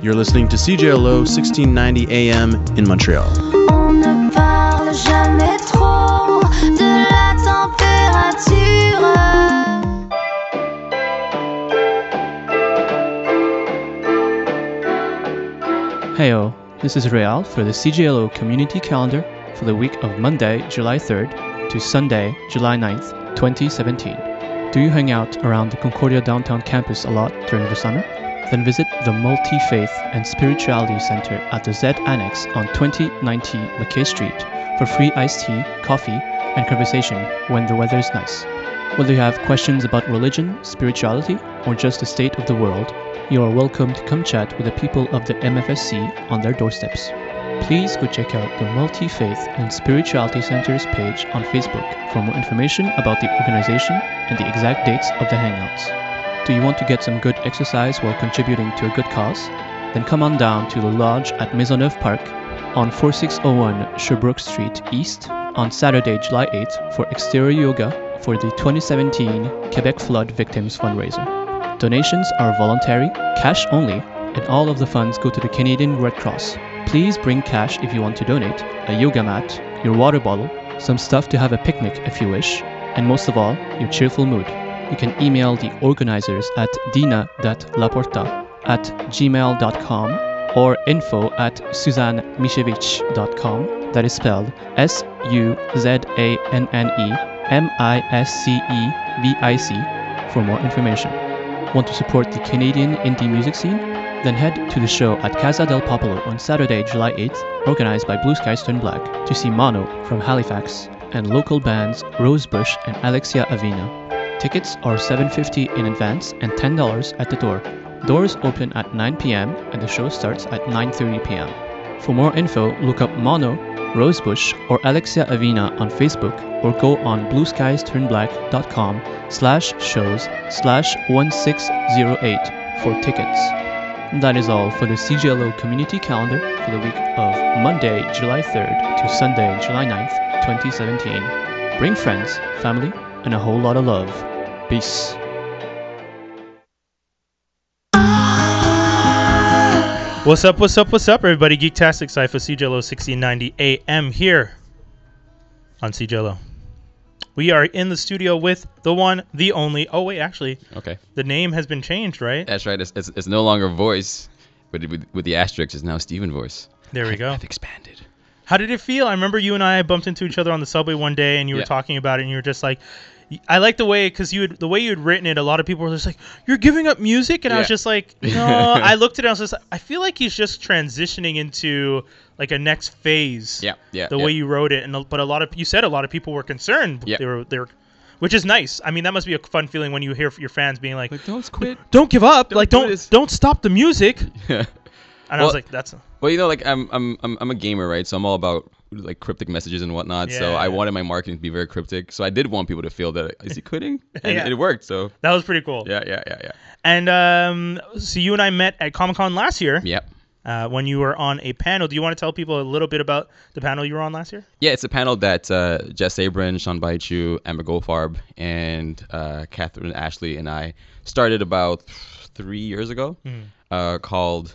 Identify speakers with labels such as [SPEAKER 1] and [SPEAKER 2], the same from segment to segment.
[SPEAKER 1] You're listening to CJLO 1690 AM in Montreal.
[SPEAKER 2] On ne parle jamais trop de la température.
[SPEAKER 3] Heyo, this is Real for the CJLO Community Calendar for the week of Monday, July 3rd to Sunday, July 9th, 2017. Do you hang out around the Concordia downtown campus a lot during the summer? Then visit the Multi Faith and Spirituality Center at the Z Annex on 2090 McKay Street for free iced tea, coffee, and conversation when the weather is nice. Whether you have questions about religion, spirituality, or just the state of the world, you are welcome to come chat with the people of the MFSC on their doorsteps. Please go check out the Multi Faith and Spirituality Center's page on Facebook for more information about the organization and the exact dates of the Hangouts. Do you want to get some good exercise while contributing to a good cause? Then come on down to the lodge at Maisonneuve Park on 4601 Sherbrooke Street East on Saturday, July 8th for exterior yoga for the 2017 Quebec Flood Victims Fundraiser. Donations are voluntary, cash only, and all of the funds go to the Canadian Red Cross. Please bring cash if you want to donate, a yoga mat, your water bottle, some stuff to have a picnic if you wish, and most of all, your cheerful mood. You can email the organizers at dina.laporta at gmail.com or info at suzannemishevich.com. That is spelled S U Z A N N E M I S C E V I C for more information. Want to support the Canadian indie music scene? Then head to the show at Casa del Popolo on Saturday, July 8th, organized by Blue Skies Turn Black, to see Mono from Halifax and local bands Rosebush and Alexia Avina. Tickets are $7.50 in advance and $10 at the door. Doors open at 9 p.m. and the show starts at 9:30 p.m. For more info, look up Mono, Rosebush, or Alexia Avina on Facebook, or go on blueskiesturnblack.com slash shows slash 1608 for tickets. That is all for the CJLO community calendar for the week of Monday, July 3rd to Sunday, July 9th, 2017. Bring friends, family, and a whole lot of love. Peace.
[SPEAKER 4] What's up, what's up, what's up, everybody? Geektastic Cypher CJLO 1690 AM here on CJLO. We are in the studio with the one, the only. Oh, wait, actually,
[SPEAKER 5] Okay,
[SPEAKER 4] the name has been changed, right?
[SPEAKER 5] that's right. It's, it's, it's no longer voice, but it, with, with the asterisk, it's now Steven voice.
[SPEAKER 4] There we go.
[SPEAKER 5] I've expanded.
[SPEAKER 4] How did it feel? I remember you and I bumped into each other on the subway one day, and you were
[SPEAKER 5] Yeah.
[SPEAKER 4] talking about it, and you were just like, I like the way because you had, the way you had written it. A lot of people were just like, "You're giving up music," and I was
[SPEAKER 5] Yeah.
[SPEAKER 4] just like, "No." I looked at it, I was just, like, I feel like he's just transitioning into like a next phase.
[SPEAKER 5] Yeah, yeah.
[SPEAKER 4] the
[SPEAKER 5] yeah.
[SPEAKER 4] way you wrote it, and a- but a lot of you said a lot of people were concerned.
[SPEAKER 5] Yeah.
[SPEAKER 4] They were they were, which is nice. I mean, that must be a fun feeling when you hear your fans being like,
[SPEAKER 5] Like, don't quit.
[SPEAKER 4] "Don't give up! like,
[SPEAKER 5] do
[SPEAKER 4] don't
[SPEAKER 5] this."
[SPEAKER 4] don't stop the music." And I was
[SPEAKER 5] Well-
[SPEAKER 4] like, "That's
[SPEAKER 5] well, you know, like I'm, I'm I'm I'm a gamer, right? So I'm all about like cryptic messages and whatnot. So
[SPEAKER 4] Yeah.
[SPEAKER 5] I wanted my marketing to be very cryptic. So I did want people to feel that is he quitting? And
[SPEAKER 4] Yeah.
[SPEAKER 5] it worked. So
[SPEAKER 4] that was pretty cool."
[SPEAKER 5] yeah, yeah, yeah, yeah.
[SPEAKER 4] And um, so you and I met at Comic Con last year
[SPEAKER 5] Yep.
[SPEAKER 4] uh, when you were on a panel. Do you want to tell people a little bit about the panel you were on last year?
[SPEAKER 5] Yeah, it's a panel that uh, Jess Abrin, Sean Baichu, Amber Goldfarb, and uh, Catherine Ashley and I started about three years ago uh, called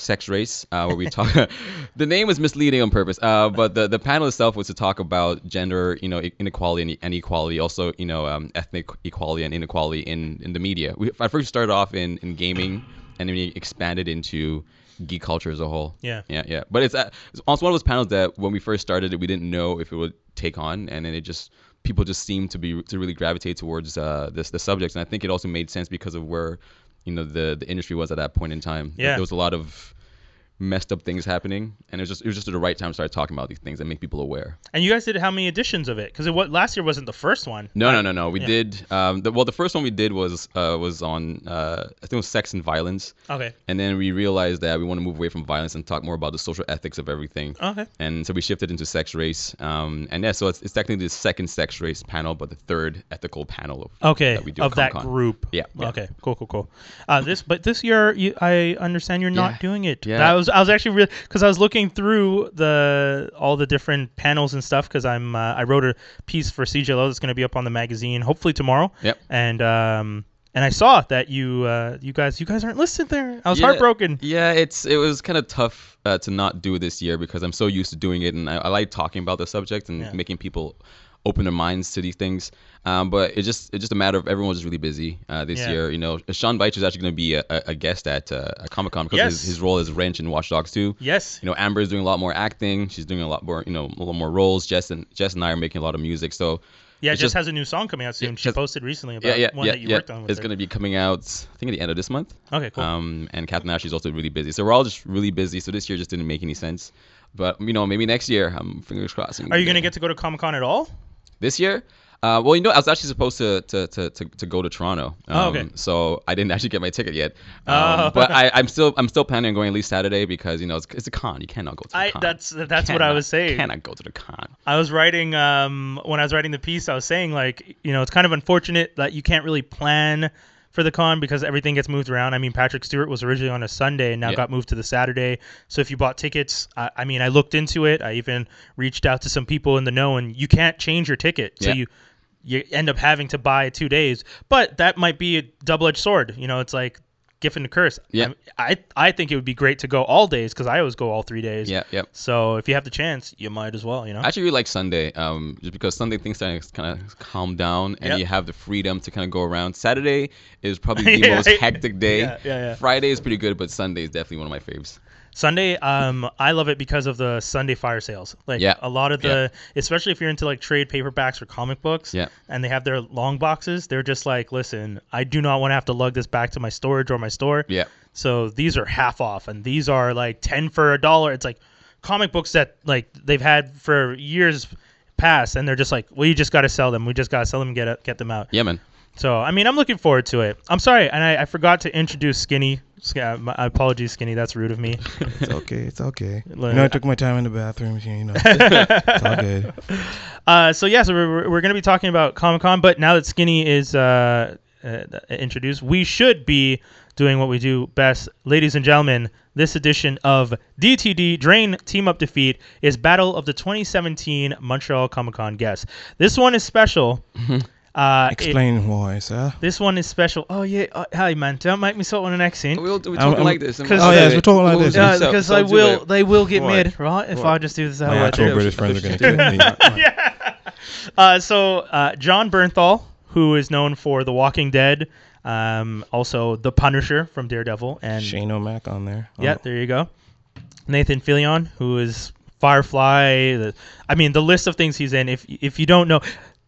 [SPEAKER 5] Sex Race, uh, where we talk. the name was misleading on purpose, uh, but the, the panel itself was to talk about gender you know, inequality and, and equality, also you know, um, ethnic equality and inequality in, in the media. We, I first started off in, in gaming, and then we expanded into geek culture as a whole.
[SPEAKER 4] Yeah.
[SPEAKER 5] Yeah, yeah. But it's, uh, it's also one of those panels that when we first started it, we didn't know if it would take on, and then it just people just seemed to be to really gravitate towards uh, this the subjects, and I think it also made sense because of where you know the the industry was at that point in time.
[SPEAKER 4] Yeah.
[SPEAKER 5] there was a lot of messed up things happening, and it was just it was just at the right time to start talking about these things and make people aware.
[SPEAKER 4] And you guys did how many editions of it? Because what last year wasn't the first one.
[SPEAKER 5] No, no, no, no. We did um, the, well. The first one we did was uh, was on uh, I think it was sex and violence.
[SPEAKER 4] Okay.
[SPEAKER 5] And then we realized that we want to move away from violence and talk more about the social ethics of everything.
[SPEAKER 4] Okay.
[SPEAKER 5] And so we shifted into sex race. Um, and yeah, so it's, it's technically the second sex race panel, but the third ethical panel of,
[SPEAKER 4] Okay,
[SPEAKER 5] that we do at
[SPEAKER 4] of that
[SPEAKER 5] Comic-Con.
[SPEAKER 4] group.
[SPEAKER 5] Yeah, yeah.
[SPEAKER 4] Okay. Cool. Cool. Cool. Uh, this, but this year, you, I understand you're not
[SPEAKER 5] Yeah,
[SPEAKER 4] doing it.
[SPEAKER 5] yeah.
[SPEAKER 4] That was I was actually really because I was looking through the all the different panels and stuff because I'm uh, I wrote a piece for CJLO that's going to be up on the magazine hopefully tomorrow.
[SPEAKER 5] Yep.
[SPEAKER 4] And um. and I saw that you uh, you guys you guys aren't listed there. I was
[SPEAKER 5] Yeah.
[SPEAKER 4] heartbroken.
[SPEAKER 5] Yeah, it's it was kind of tough uh, to not do this year because I'm so used to doing it, and I, I like talking about the subject and
[SPEAKER 4] Yeah.
[SPEAKER 5] making people open their minds to these things. Um, but it just it's just a matter of everyone was just really busy uh, this
[SPEAKER 4] Yeah.
[SPEAKER 5] year. You know, Sean Veitch is actually going to be a, a a guest at uh, Comic Con because
[SPEAKER 4] Yes.
[SPEAKER 5] his, his role is Wrench in Watch Dogs 2.
[SPEAKER 4] Yes.
[SPEAKER 5] You know, Amber is doing a lot more acting. She's doing a lot more, you know, a lot more roles. Jess and Jess and I are making a lot of music. So
[SPEAKER 4] Yeah,
[SPEAKER 5] it's
[SPEAKER 4] Jess
[SPEAKER 5] just-
[SPEAKER 4] has a new song coming out soon.
[SPEAKER 5] Yeah,
[SPEAKER 4] she
[SPEAKER 5] just-
[SPEAKER 4] posted recently
[SPEAKER 5] yeah,
[SPEAKER 4] about
[SPEAKER 5] yeah,
[SPEAKER 4] one
[SPEAKER 5] yeah,
[SPEAKER 4] that you
[SPEAKER 5] yeah.
[SPEAKER 4] worked on. With
[SPEAKER 5] It's
[SPEAKER 4] her.
[SPEAKER 5] going to be coming out, I think, at the end of this month.
[SPEAKER 4] okay, cool.
[SPEAKER 5] Um, and Kath Nash is also really busy. So we're all just really busy. So this year just didn't make any sense. But you know, maybe next year. I'm fingers crossing.
[SPEAKER 4] Are you gonna get to go to Comic Con at all?
[SPEAKER 5] this year? Uh, well, you know, I was actually supposed to to, to, to, to go to Toronto. Um,
[SPEAKER 4] Oh, okay.
[SPEAKER 5] So I didn't actually get my ticket yet. Um,
[SPEAKER 4] Oh.
[SPEAKER 5] But I, I'm still I'm still planning on going at least Saturday because you know it's, it's a con. You cannot go to the
[SPEAKER 4] I
[SPEAKER 5] con.
[SPEAKER 4] that's that's what I
[SPEAKER 5] Cannot-
[SPEAKER 4] was saying.
[SPEAKER 5] Cannot go to the con.
[SPEAKER 4] I was writing um when I was writing the piece, I was saying like you know it's kind of unfortunate that you can't really plan for the con because everything gets moved around. I mean, Patrick Stewart was originally on a Sunday and now
[SPEAKER 5] Yeah.
[SPEAKER 4] got moved to the Saturday. So if you bought tickets, I, I mean, I looked into it. I even reached out to some people in the know, and you can't change your ticket. So
[SPEAKER 5] Yeah.
[SPEAKER 4] you you end up having to buy two days. But that might be a double-edged sword. You know, it's like gift and a curse.
[SPEAKER 5] Yeah.
[SPEAKER 4] I I think it would be great to go all days because I always go all three days.
[SPEAKER 5] Yeah, yeah.
[SPEAKER 4] So if you have the chance, you might as well. You know.
[SPEAKER 5] I actually really like Sunday, um, just because Sunday things kind of kind of calm down and
[SPEAKER 4] Yep.
[SPEAKER 5] you have the freedom to kind of go around. Saturday is probably the
[SPEAKER 4] Yeah,
[SPEAKER 5] most
[SPEAKER 4] right.
[SPEAKER 5] hectic day.
[SPEAKER 4] Yeah, yeah, yeah.
[SPEAKER 5] Friday is pretty good, but Sunday is definitely one of my faves.
[SPEAKER 4] Sunday, um, I love it because of the Sunday fire sales. Like
[SPEAKER 5] Yeah.
[SPEAKER 4] a lot of the, especially if you're into like trade paperbacks or comic books,
[SPEAKER 5] Yeah.
[SPEAKER 4] and they have their long boxes. They're just like, listen, I do not want to have to lug this back to my storage or my store.
[SPEAKER 5] Yeah,
[SPEAKER 4] So these are half off, and these are like ten for a dollar. It's like comic books that like they've had for years past, and they're just like, well, you just got to sell them. We just got to sell them, and get get them out.
[SPEAKER 5] yeah, man.
[SPEAKER 4] So I mean, I'm looking forward to it. I'm sorry, and I, I forgot to introduce Skinny. Sk- uh, My apologies, Skinny. That's rude of me.
[SPEAKER 6] It's okay. It's okay.
[SPEAKER 4] Like-
[SPEAKER 6] you know, I took my time in the bathroom. You know, it's all good.
[SPEAKER 4] Uh, so yeah, so we're- we're, we're going to be talking about Comic Con, but now that Skinny is uh, uh, introduced, we should be doing what we do best, ladies and gentlemen. This edition of DTD Drain Team Up Defeat is Battle of the 2017 Montreal Comic Con guests. This one is special. Uh, it-
[SPEAKER 6] Mm-hmm. Explain why, sir.
[SPEAKER 4] this one is special. Oh yeah, uh, hey man, don't make me sort of an accent.
[SPEAKER 5] We'll do we
[SPEAKER 6] I'm-
[SPEAKER 5] talking
[SPEAKER 6] I'm-
[SPEAKER 5] like this. and
[SPEAKER 4] 'cause-
[SPEAKER 5] we'll
[SPEAKER 4] Oh,
[SPEAKER 5] do
[SPEAKER 4] yes,
[SPEAKER 5] it.
[SPEAKER 6] we're talking like
[SPEAKER 5] We'll
[SPEAKER 6] this.
[SPEAKER 5] do
[SPEAKER 4] Uh,
[SPEAKER 5] it. So-
[SPEAKER 4] because
[SPEAKER 5] so
[SPEAKER 4] I
[SPEAKER 5] do
[SPEAKER 4] will,
[SPEAKER 5] it.
[SPEAKER 4] they will get
[SPEAKER 6] Why?
[SPEAKER 4] mad, right? If
[SPEAKER 6] Why?
[SPEAKER 4] I just do this how
[SPEAKER 6] My
[SPEAKER 4] I do.
[SPEAKER 6] actual
[SPEAKER 5] do.
[SPEAKER 6] British friends are gonna kill me.
[SPEAKER 4] Uh, so uh, John Bernthal, who is known for The Walking Dead, um, also The Punisher from Daredevil, and
[SPEAKER 6] Shane O'Mac on there. Oh.
[SPEAKER 4] yeah, there you go. Nathan Fillion, who is Firefly. The, I mean, the list of things he's in. If if you don't know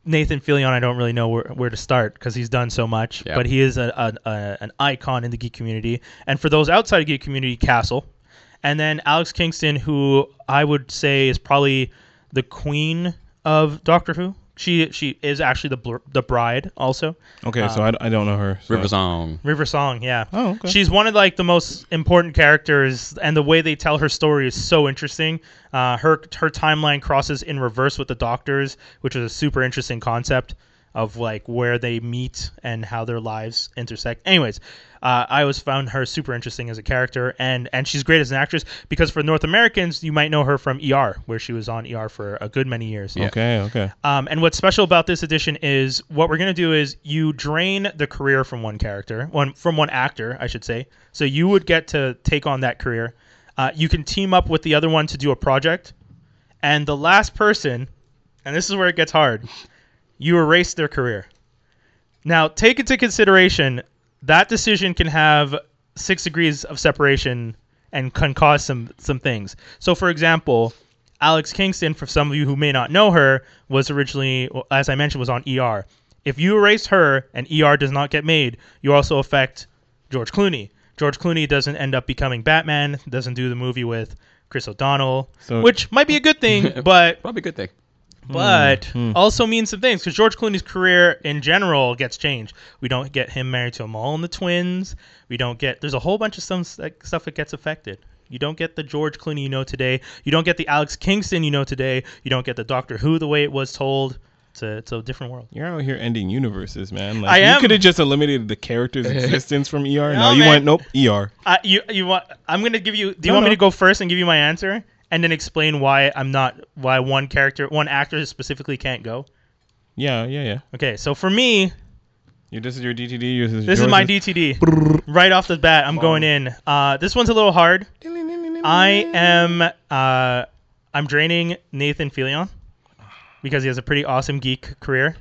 [SPEAKER 4] Nathan Fillion, I don't really know where, where to start because he's done so much.
[SPEAKER 5] Yeah.
[SPEAKER 4] But he is a, a, a an icon in the geek community, and for those outside of geek community, Castle, and then Alex Kingston, who I would say is probably the queen of Doctor Who. She she is actually the bl- the bride also.
[SPEAKER 6] Okay, so
[SPEAKER 4] uh,
[SPEAKER 6] I, I don't know her. So.
[SPEAKER 5] River Song.
[SPEAKER 4] River Song, yeah.
[SPEAKER 6] Oh, okay.
[SPEAKER 4] She's one of like the most important characters, and the way they tell her story is so interesting. Uh, her her timeline crosses in reverse with the Doctor's, which is a super interesting concept of like where they meet and how their lives intersect. Anyways, uh, I always found her super interesting as a character, and and she's great as an actress because for North Americans, you might know her from ER, where she was on ER for a good many years.
[SPEAKER 6] Okay, okay.
[SPEAKER 4] Um, and what's special about this edition is what we're gonna do is you drain the career from one character, one from one actor, I should say. So you would get to take on that career. Uh, you can team up with the other one to do a project, and the last person, and this is where it gets hard, you erase their career. Now take into consideration that decision can have six degrees of separation and can cause some some things. So for example. Alex Kingston, for some of you who may not know her, was originally, as I mentioned, was on ER. If you erase her and ER does not get made, you also affect George Clooney. George Clooney doesn't end up becoming Batman, doesn't do the movie with Chris O'Donnell,
[SPEAKER 6] So-
[SPEAKER 4] which might be a good thing, but
[SPEAKER 5] Probably a good thing.
[SPEAKER 4] but also means some things because George Clooney's career in general gets changed. We don't get him married to Amal and the twins. We don't get there's a whole bunch of some s- like, stuff that gets affected. You don't get the George Clooney you know today. You don't get the Alex Kingston you know today. You don't get the Doctor Who the way it was told. It's a, it's a different world.
[SPEAKER 6] You're out here ending universes, man. Like,
[SPEAKER 4] I am.
[SPEAKER 6] You could have just eliminated the character's existence from ER. now you
[SPEAKER 4] man.
[SPEAKER 6] want nope ER.
[SPEAKER 4] Uh, you you want I'm gonna give you. Do you
[SPEAKER 6] No,
[SPEAKER 4] want me
[SPEAKER 6] no.
[SPEAKER 4] to go first and give you my answer and then explain why I'm not why one character one actor specifically can't go?
[SPEAKER 6] Yeah, yeah, yeah.
[SPEAKER 4] Okay, so for me,
[SPEAKER 6] You, this is your DTD. You, this is,
[SPEAKER 4] This is my DTD. Right off the bat, I'm going in. Uh, this one's a little hard. I am uh, I'm draining Nathan Fillion because he has a pretty awesome geek career.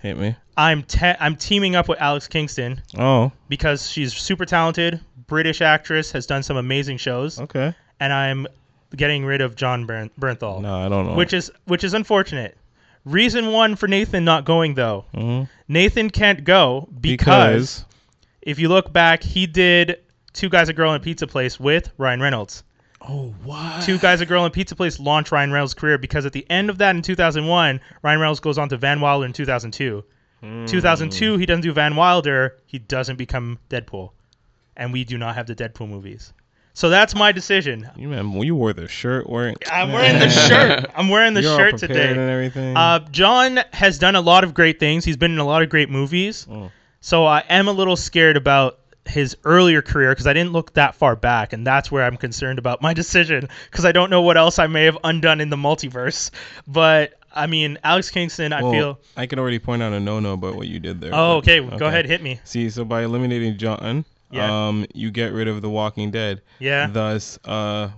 [SPEAKER 6] Hit me.
[SPEAKER 4] I'm te- I'm teaming up with Alex Kingston
[SPEAKER 6] Oh,
[SPEAKER 4] because she's super talented, British actress, has done some amazing shows,
[SPEAKER 6] okay.
[SPEAKER 4] and I'm getting rid of John Bern- Bernthal,
[SPEAKER 6] No, I don't know.
[SPEAKER 4] which is which is unfortunate. Reason one for Nathan not going though.
[SPEAKER 6] Mhm.
[SPEAKER 4] Nathan can't go Mm-hmm. because
[SPEAKER 6] because
[SPEAKER 4] if you look back, he did Two Guys, a Girl, and a Pizza Place with Ryan Reynolds.
[SPEAKER 6] oh what?
[SPEAKER 4] Two Guys, a Girl, and a Pizza Place launched Ryan Reynolds' career because at the end of that in 2001, Ryan Reynolds goes on to Van Wilder in 2002.
[SPEAKER 6] Hmm.
[SPEAKER 4] 2002, he doesn't do Van Wilder. He doesn't become Deadpool. And we do not have the Deadpool movies. So that's my decision.
[SPEAKER 6] You man, you wore the shirt. Wearing
[SPEAKER 4] I'm wearing the shirt. I'm wearing the
[SPEAKER 6] You're all
[SPEAKER 4] shirt
[SPEAKER 6] prepared
[SPEAKER 4] today.
[SPEAKER 6] and everything.
[SPEAKER 4] Uh, John has done a lot of great things. He's been in a lot of great movies.
[SPEAKER 6] Mm.
[SPEAKER 4] So I am a little scared about his earlier career because I didn't look that far back, and that's where I'm concerned about my decision because I don't know what else I may have undone in the multiverse. But I mean, Alex Kingston, I
[SPEAKER 6] Well,
[SPEAKER 4] feel.
[SPEAKER 6] I can already point out a no-no, but what you did there.
[SPEAKER 4] Oh,
[SPEAKER 6] but-
[SPEAKER 4] okay. Go ahead, hit me.
[SPEAKER 6] See, so by eliminating John,
[SPEAKER 4] Yeah.
[SPEAKER 6] um, you get rid of The Walking Dead.
[SPEAKER 4] Yeah.
[SPEAKER 6] Thus, uh,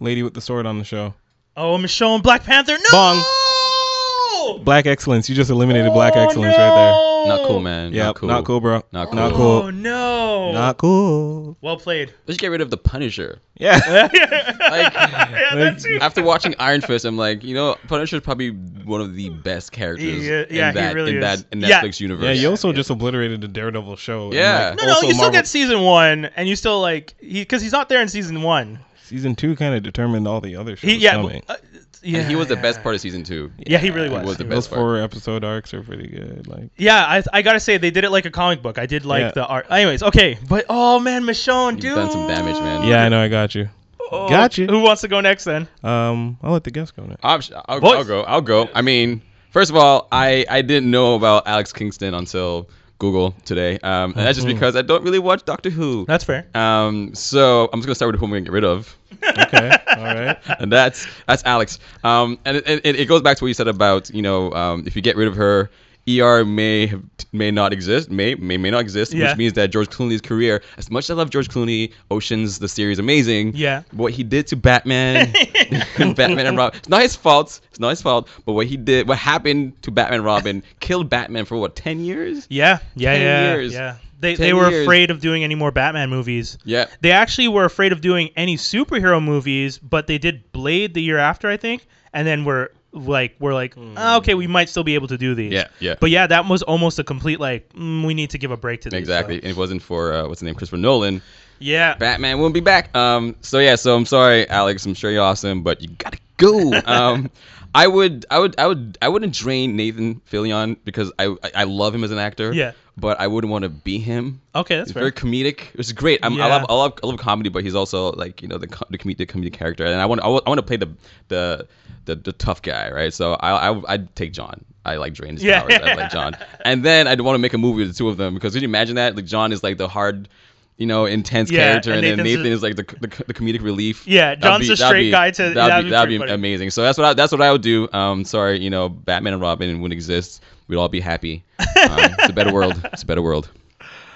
[SPEAKER 6] lady with the sword on the show.
[SPEAKER 4] Oh, Michelle and Black Panther. No. Oh,
[SPEAKER 6] Bong. Black excellence. You just eliminated black excellence right
[SPEAKER 5] Not cool, man.
[SPEAKER 6] there. Yeah,
[SPEAKER 5] not cool.
[SPEAKER 6] not cool, bro.
[SPEAKER 5] Not
[SPEAKER 6] Not
[SPEAKER 5] cool.
[SPEAKER 6] cool.
[SPEAKER 4] Oh no.
[SPEAKER 6] Not cool.
[SPEAKER 4] well played.
[SPEAKER 5] Let's get rid of the Punisher.
[SPEAKER 6] Yeah.
[SPEAKER 5] Like,
[SPEAKER 4] Yeah, that too.
[SPEAKER 5] after watching Iron Fist, I'm like, you know, Punisher's probably one of the best characters
[SPEAKER 4] Yeah, yeah, he
[SPEAKER 5] in that
[SPEAKER 4] really
[SPEAKER 5] in
[SPEAKER 4] is.
[SPEAKER 5] that
[SPEAKER 4] Yeah.
[SPEAKER 5] Netflix universe.
[SPEAKER 6] yeah. You also just obliterated the Daredevil show. and,
[SPEAKER 5] Yeah.
[SPEAKER 4] No, no,
[SPEAKER 6] also
[SPEAKER 4] you still
[SPEAKER 6] Marvel-
[SPEAKER 4] get season one, and you still like he because he's not there in season one.
[SPEAKER 6] season two kind of determined all the other shows
[SPEAKER 4] He yeah,
[SPEAKER 6] coming.
[SPEAKER 4] uh, yeah.
[SPEAKER 5] And he was the
[SPEAKER 4] yeah.
[SPEAKER 5] best part of season two.
[SPEAKER 4] Yeah, he really was.
[SPEAKER 5] was the
[SPEAKER 4] He
[SPEAKER 6] Those
[SPEAKER 5] best part.
[SPEAKER 6] four episode arcs are pretty good. Like
[SPEAKER 4] Yeah, I, I gotta say they did it like a comic book. I did like
[SPEAKER 6] Yeah.
[SPEAKER 4] the art. Anyways, okay, but oh man, Michonne,
[SPEAKER 5] You've
[SPEAKER 4] dude,
[SPEAKER 5] done some damage, man.
[SPEAKER 6] yeah, I know. I got you.
[SPEAKER 4] Oh,
[SPEAKER 6] Got you.
[SPEAKER 4] Who wants to go next then?
[SPEAKER 6] Um, I'll let the guests go now.
[SPEAKER 5] I'll, I'll,
[SPEAKER 4] Voice.
[SPEAKER 5] I'll go. I'll go. I mean, first of all, I, I didn't know about Alex Kingston until Google today. Um, and that's just because I don't really watch Doctor Who.
[SPEAKER 4] That's fair.
[SPEAKER 5] Um, so I'm just gonna start with who I'm gonna get rid of,
[SPEAKER 6] Okay. all right.
[SPEAKER 5] and that's that's Alex. Um, and it, it, it goes back to what you said about you know um, if you get rid of her, ER may have- may not exist, may may may not exist,
[SPEAKER 4] Yeah.
[SPEAKER 5] which means that George Clooney's career, as much as I love George Clooney, Ocean's the series, amazing.
[SPEAKER 4] Yeah.
[SPEAKER 5] What he did to Batman, Batman and Robin. It's not his fault. It's not his fault. But what he did, what happened to Batman, and Robin, killed Batman for what ten years?
[SPEAKER 4] Yeah, yeah,
[SPEAKER 5] Ten
[SPEAKER 4] yeah,
[SPEAKER 5] years.
[SPEAKER 4] yeah. They
[SPEAKER 5] Ten
[SPEAKER 4] they were
[SPEAKER 5] years.
[SPEAKER 4] afraid of doing any more Batman movies.
[SPEAKER 5] Yeah.
[SPEAKER 4] They actually were afraid of doing any superhero movies, but they did Blade the year after, I think, and then were like we're like "Ah, okay, we might still be able to do these.
[SPEAKER 5] Hmm. Yeah, yeah.
[SPEAKER 4] But yeah, that was almost a complete like mm, we need to give a break to these.
[SPEAKER 5] Exactly.
[SPEAKER 4] so-
[SPEAKER 5] And if it wasn't for uh, what's the name, Christopher Nolan.
[SPEAKER 4] Yeah.
[SPEAKER 5] Batman won't be back. Um, so yeah, so I'm sorry, Alex. I'm sure you're awesome, but you gotta go. Um, I would, I would, I would, I wouldn't drain Nathan Fillion because I, I- I love him as an actor.
[SPEAKER 4] Yeah.
[SPEAKER 5] But I wouldn't want to be him.
[SPEAKER 4] Okay, that's
[SPEAKER 5] He's
[SPEAKER 4] fair.
[SPEAKER 5] very comedic. It's great. I'm, I,
[SPEAKER 4] Yeah.
[SPEAKER 5] love, I love, I love comedy, but he's also like you know the co- the comedic, comedic character, and I want, I want, I want to play the, the, the, the tough guy, right? So I, I, I'd take John. I like drain his
[SPEAKER 4] Yeah.
[SPEAKER 5] powers. I like John, and then I'd want to make a movie with the two of them because could you imagine that? Like John is like the hard, you know, intense
[SPEAKER 4] Yeah,
[SPEAKER 5] character,
[SPEAKER 4] and
[SPEAKER 5] and, then
[SPEAKER 4] Nathan's
[SPEAKER 5] Nathan
[SPEAKER 4] the-
[SPEAKER 5] is like the, the, the comedic relief.
[SPEAKER 4] Yeah,
[SPEAKER 5] That'd
[SPEAKER 4] John's a
[SPEAKER 5] that'd
[SPEAKER 4] straight guy to-
[SPEAKER 5] That'd,
[SPEAKER 4] that'd
[SPEAKER 5] be,
[SPEAKER 4] be
[SPEAKER 5] that'd be
[SPEAKER 4] pretty funny.
[SPEAKER 5] amazing. So that's what I, that's what I would do. Um, sorry, you know, Batman and Robin wouldn't exist. We'd all be happy. Um, it's a better world. It's a better world.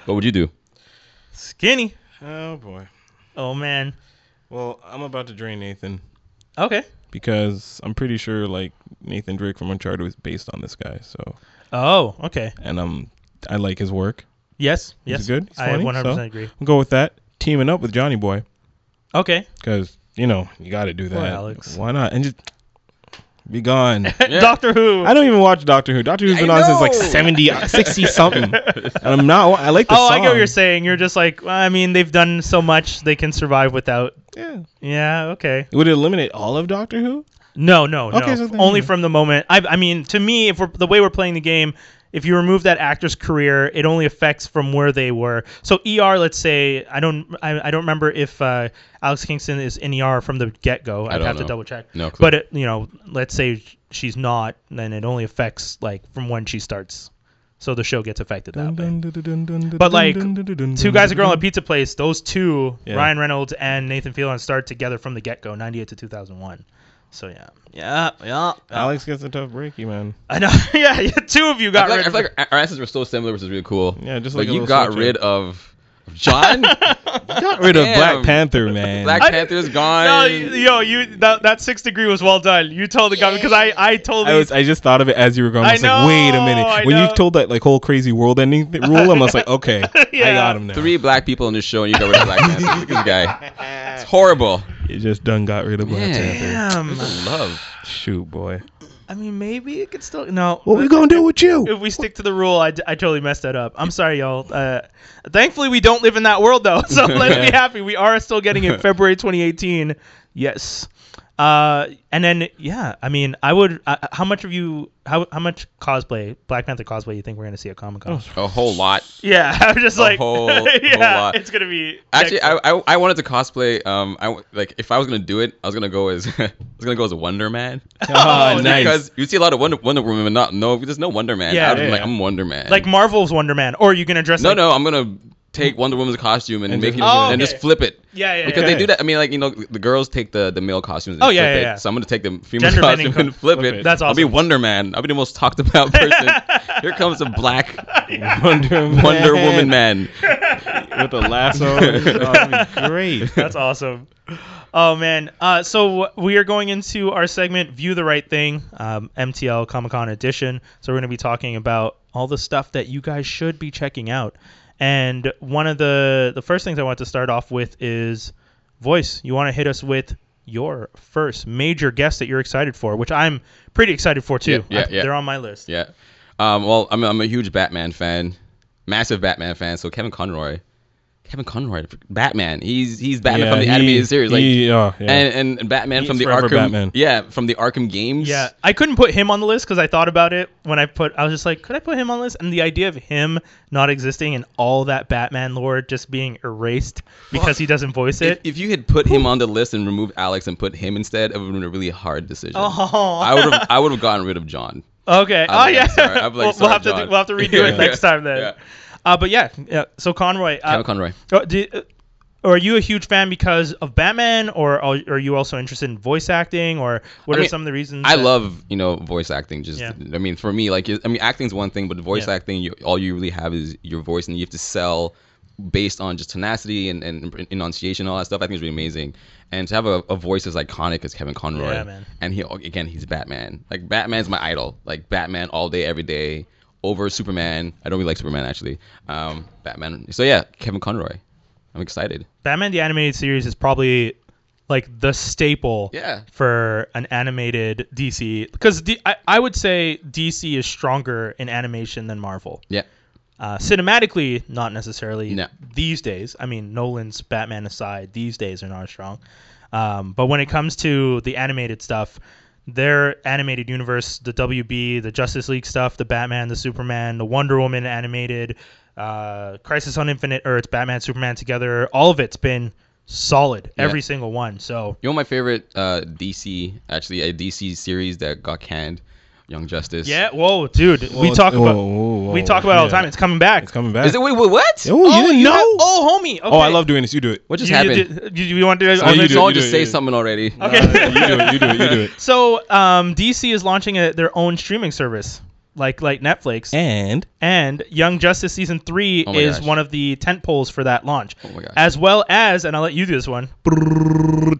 [SPEAKER 5] What would you do?
[SPEAKER 4] Skinny.
[SPEAKER 6] Oh boy.
[SPEAKER 4] Oh man.
[SPEAKER 6] Well, I'm about to drain Nathan
[SPEAKER 4] Okay.
[SPEAKER 6] because I'm pretty sure like Nathan Drake from Uncharted was based on this guy. So,
[SPEAKER 4] Oh, okay.
[SPEAKER 6] and um, I like his work.
[SPEAKER 4] Yes.
[SPEAKER 6] He's
[SPEAKER 4] Yes.
[SPEAKER 6] good. He's
[SPEAKER 4] I
[SPEAKER 6] funny,
[SPEAKER 4] 100%
[SPEAKER 6] so-
[SPEAKER 4] agree.
[SPEAKER 6] We'll go with that. Teaming up with Johnny Boy
[SPEAKER 4] Okay.
[SPEAKER 6] because you know you got to do that.
[SPEAKER 4] Alex.
[SPEAKER 6] Why not? And just be gone.
[SPEAKER 5] Yeah.
[SPEAKER 4] Doctor Who.
[SPEAKER 6] I don't even watch Doctor Who. Doctor Who's been on since like
[SPEAKER 5] know.
[SPEAKER 6] 70, 60 something. And I'm not. I like the
[SPEAKER 4] oh, I
[SPEAKER 6] song.
[SPEAKER 4] get what you're saying. You're just like, well, I mean, they've done so much they can survive without.
[SPEAKER 6] Yeah.
[SPEAKER 4] Yeah. Okay.
[SPEAKER 6] Would it eliminate all of Doctor Who?
[SPEAKER 4] No. No. No.
[SPEAKER 6] Okay, so then-
[SPEAKER 4] Only from the moment. I. I mean, to me, if we're the way we're playing the game. If you remove that actor's career, it only affects from where they were. So ER, let's say, I don't, I, I don't remember if uh, Alex Kingston is in ER from the get go. I'd
[SPEAKER 5] don't
[SPEAKER 4] have to
[SPEAKER 5] know.
[SPEAKER 4] double check.
[SPEAKER 5] No clue.
[SPEAKER 4] But it, you know, let's say she's not, then it only affects like from when she starts. So the show gets affected that way. But, like, Two guys, a girl, and a pizza place. Those two,
[SPEAKER 6] Yeah.
[SPEAKER 4] Ryan Reynolds and Nathan Fillion, started together from the get go, 98 to 2001. So yeah, yeah, yeah.
[SPEAKER 5] Ah.
[SPEAKER 4] yeah.
[SPEAKER 6] Alex gets a tough breaky, man.
[SPEAKER 4] I know. yeah, yeah, two of you
[SPEAKER 5] I
[SPEAKER 4] got
[SPEAKER 5] feel
[SPEAKER 4] rid
[SPEAKER 5] like, I
[SPEAKER 4] of.
[SPEAKER 5] feel like our answers were so similar, which is really cool.
[SPEAKER 6] Yeah, just
[SPEAKER 5] but
[SPEAKER 6] like a
[SPEAKER 5] you
[SPEAKER 6] little
[SPEAKER 5] got
[SPEAKER 6] switch
[SPEAKER 5] rid
[SPEAKER 6] up.
[SPEAKER 5] of John.
[SPEAKER 6] Got rid of
[SPEAKER 5] Damn.
[SPEAKER 6] Black Panther, man.
[SPEAKER 5] Black
[SPEAKER 4] I-
[SPEAKER 5] Panther's gone.
[SPEAKER 4] No, yo, you that, that six degree was well done. You told the guy because I I told
[SPEAKER 6] I was I just thought of it as you were going. I was
[SPEAKER 4] I
[SPEAKER 6] like, wait a
[SPEAKER 4] know,
[SPEAKER 6] minute.
[SPEAKER 4] I
[SPEAKER 6] when
[SPEAKER 4] know.
[SPEAKER 6] you told that like whole crazy world ending th- rule, I was like, okay,
[SPEAKER 4] Yeah.
[SPEAKER 6] I got him now.
[SPEAKER 5] Three black people on this show, and you got rid of Black Panther. Look at this guy. It's horrible.
[SPEAKER 6] It just done got rid of Black
[SPEAKER 5] Yeah.
[SPEAKER 6] Panther.
[SPEAKER 4] Damn.
[SPEAKER 5] This is love.
[SPEAKER 6] Shoot, boy.
[SPEAKER 4] I mean, maybe it could still no.
[SPEAKER 6] What we gonna do with you?
[SPEAKER 4] If we stick to the rule, I, I totally messed that up. I'm sorry, y'all. Uh, thankfully, we don't live in that world though, so let's be happy. We are still getting it February 2018. Yes. Uh, and then yeah, I mean, I would. Uh, how much of you? How how much cosplay, Black Panther cosplay, you think we're gonna see at Comic Con?
[SPEAKER 5] A whole lot.
[SPEAKER 4] Yeah, I'm just
[SPEAKER 5] A
[SPEAKER 4] like
[SPEAKER 5] whole-
[SPEAKER 4] yeah,
[SPEAKER 5] whole lot.
[SPEAKER 4] it's gonna be
[SPEAKER 5] Actually, I, I I wanted to cosplay. Um, I w- like if I was gonna do it, I was gonna go as I was gonna go as Wonder Man.
[SPEAKER 6] Oh, nice.
[SPEAKER 5] Because you see a lot of Wonder Wonder Woman, but not no, there's no Wonder Man.
[SPEAKER 4] Yeah,
[SPEAKER 5] I would be
[SPEAKER 6] yeah,
[SPEAKER 5] like
[SPEAKER 6] yeah.
[SPEAKER 5] I'm Wonder Man.
[SPEAKER 4] like Marvel's Wonder Man, or are you gonna dress
[SPEAKER 5] no,
[SPEAKER 4] like,
[SPEAKER 5] no, I'm gonna take Wonder Woman's costume and,
[SPEAKER 6] And
[SPEAKER 5] make
[SPEAKER 6] just-
[SPEAKER 5] it
[SPEAKER 4] Oh,
[SPEAKER 5] and
[SPEAKER 4] okay.
[SPEAKER 5] just flip it.
[SPEAKER 4] Yeah, yeah,
[SPEAKER 5] Because
[SPEAKER 4] yeah.
[SPEAKER 5] they do that. I mean, like you know, the girls take the, the male costumes. And
[SPEAKER 4] Oh,
[SPEAKER 5] flip
[SPEAKER 4] yeah, yeah,
[SPEAKER 5] it.
[SPEAKER 4] yeah.
[SPEAKER 5] So I'm gonna take the female
[SPEAKER 4] Gender bending
[SPEAKER 5] costume and
[SPEAKER 4] co-
[SPEAKER 5] flip,
[SPEAKER 6] flip
[SPEAKER 5] it.
[SPEAKER 6] it.
[SPEAKER 4] That's
[SPEAKER 5] I'll be
[SPEAKER 4] awesome.
[SPEAKER 5] Wonder Man. I'll be the most talked about person. Here comes a black
[SPEAKER 6] Wonder,
[SPEAKER 5] Wonder Woman man.
[SPEAKER 6] with a lasso. That'd be great.
[SPEAKER 4] That's awesome. Oh man. Uh, so wh- we are going into our segment "View the Right Thing," um, MTL Comic Con Edition. So we're going to be talking about all the stuff that you guys should be checking out. And one of the the first things I want to start off with is voice. You want to hit us with your first major guest that you're excited for, which I'm pretty excited for too.
[SPEAKER 5] Yeah, yeah,
[SPEAKER 4] I-
[SPEAKER 5] yeah.
[SPEAKER 4] They're on my list.
[SPEAKER 5] Yeah. Um, well, I'm, I'm a huge Batman fan, massive Batman fan. So Kevin Conroy, Kevin Conroy, Batman. He's he's Batman
[SPEAKER 6] Yeah,
[SPEAKER 5] from the
[SPEAKER 6] he-
[SPEAKER 5] animated series, like
[SPEAKER 6] he- oh, yeah.
[SPEAKER 5] and, and and Batman
[SPEAKER 6] He's
[SPEAKER 5] from the
[SPEAKER 6] forever
[SPEAKER 5] Arkham.
[SPEAKER 6] Batman.
[SPEAKER 5] Yeah, from the Arkham games.
[SPEAKER 4] Yeah, I couldn't put him on the list because I thought about it when I put. I was just like, could I put him on the list? And the idea of him not existing and all that Batman lore just being erased because he doesn't voice
[SPEAKER 5] If,
[SPEAKER 4] it.
[SPEAKER 5] if you had put him on the list and removed Alex and put him instead, it would have been a really hard decision.
[SPEAKER 4] Oh.
[SPEAKER 5] I would have I would have gotten rid of John.
[SPEAKER 4] okay.
[SPEAKER 5] I'm-
[SPEAKER 4] oh
[SPEAKER 5] I'm
[SPEAKER 4] yeah.
[SPEAKER 5] sorry. I'm like,
[SPEAKER 4] we'll, we'll
[SPEAKER 5] sorry,
[SPEAKER 4] have to do,
[SPEAKER 5] John.
[SPEAKER 4] we'll have to redo it
[SPEAKER 5] Yeah.
[SPEAKER 4] next time then.
[SPEAKER 5] Yeah.
[SPEAKER 4] Uh, but yeah, yeah. So Conroy, uh,
[SPEAKER 5] Kevin Conroy.
[SPEAKER 4] uh, do, uh, are you a huge fan because of Batman, or are are you also interested in voice acting, or what are
[SPEAKER 5] I mean,
[SPEAKER 4] some of the reasons?
[SPEAKER 5] I
[SPEAKER 4] that-
[SPEAKER 5] love you know voice acting. Just
[SPEAKER 4] Yeah.
[SPEAKER 5] I mean for me like I mean acting's one thing, but voice
[SPEAKER 4] Yeah.
[SPEAKER 5] acting you, all you really have is your voice, and you have to sell based on just tenacity and, and enunciation and all that stuff. I think is really amazing. And to have a, a voice as iconic as Kevin Conroy,
[SPEAKER 4] Yeah, man.
[SPEAKER 5] and he again he's Batman. Like Batman's my idol. Like Batman all day every day over Superman. I don't really like Superman actually. Um, Batman. So yeah, Kevin Conroy. I'm excited.
[SPEAKER 4] Batman the animated series is probably like the staple
[SPEAKER 5] Yeah.
[SPEAKER 4] for an animated DC because I, I would say DC is stronger in animation than Marvel.
[SPEAKER 5] Yeah.
[SPEAKER 4] Uh, cinematically, not necessarily
[SPEAKER 5] No.
[SPEAKER 4] these days. I mean, Nolan's Batman aside, these days are not as strong. Um, but when it comes to the animated stuff, their animated universe, the WB, the Justice League stuff, the Batman, the Superman, the Wonder Woman animated, uh, Crisis on Infinite Earths, Batman, Superman together, all of it's been solid,
[SPEAKER 5] Yeah.
[SPEAKER 4] every single one. So
[SPEAKER 5] You know my favorite uh, DC actually a DC series that got canned, Young Justice.
[SPEAKER 4] yeah, whoa, dude, we
[SPEAKER 6] Whoa,
[SPEAKER 4] talk about
[SPEAKER 6] whoa, whoa,
[SPEAKER 4] we
[SPEAKER 6] whoa.
[SPEAKER 4] talk about it all the
[SPEAKER 6] oh, Yeah.
[SPEAKER 4] time. It's coming back.
[SPEAKER 6] It's coming back.
[SPEAKER 5] Is it wait, wait what?
[SPEAKER 6] Oh, you didn't know?
[SPEAKER 4] have- oh, homie.
[SPEAKER 6] oh, I
[SPEAKER 4] okay.
[SPEAKER 6] love doing this. You do it.
[SPEAKER 5] What just
[SPEAKER 4] you,
[SPEAKER 5] happened?
[SPEAKER 4] you did- you- you want to do it?
[SPEAKER 5] oh,
[SPEAKER 6] you
[SPEAKER 5] you
[SPEAKER 6] do it,
[SPEAKER 5] someone
[SPEAKER 6] you do
[SPEAKER 5] just
[SPEAKER 6] it,
[SPEAKER 5] say
[SPEAKER 6] you do it.
[SPEAKER 5] something already.
[SPEAKER 4] Okay.
[SPEAKER 6] Uh, you do it. You do it. You do it.
[SPEAKER 4] So um, DC is launching a, their own streaming service, like like Netflix, and,
[SPEAKER 6] And
[SPEAKER 4] Young Justice season three
[SPEAKER 5] Oh my
[SPEAKER 4] is
[SPEAKER 5] gosh.
[SPEAKER 4] one of the tent poles for that launch,
[SPEAKER 5] Oh my gosh.
[SPEAKER 4] as well as and I'll let you do this one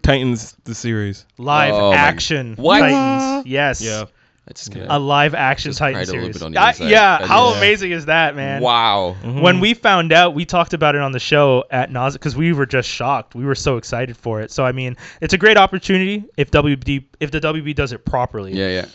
[SPEAKER 6] Titans the series.
[SPEAKER 4] live
[SPEAKER 5] Oh my-
[SPEAKER 4] action
[SPEAKER 5] What?
[SPEAKER 4] Titans, yes,
[SPEAKER 6] Yeah.
[SPEAKER 5] I just kinda-
[SPEAKER 4] a live action
[SPEAKER 5] Just
[SPEAKER 4] Titan
[SPEAKER 5] cried a little
[SPEAKER 4] series.
[SPEAKER 5] bit on the
[SPEAKER 4] I-
[SPEAKER 5] inside.
[SPEAKER 4] yeah,
[SPEAKER 5] I
[SPEAKER 4] how
[SPEAKER 5] did.
[SPEAKER 4] amazing is that, man?
[SPEAKER 5] Wow.
[SPEAKER 4] When we found out, we talked about it on the show at Nas because we were just shocked. We were so excited for it. So I mean, it's a great opportunity if WB if the WB does it properly.
[SPEAKER 5] Yeah, yeah.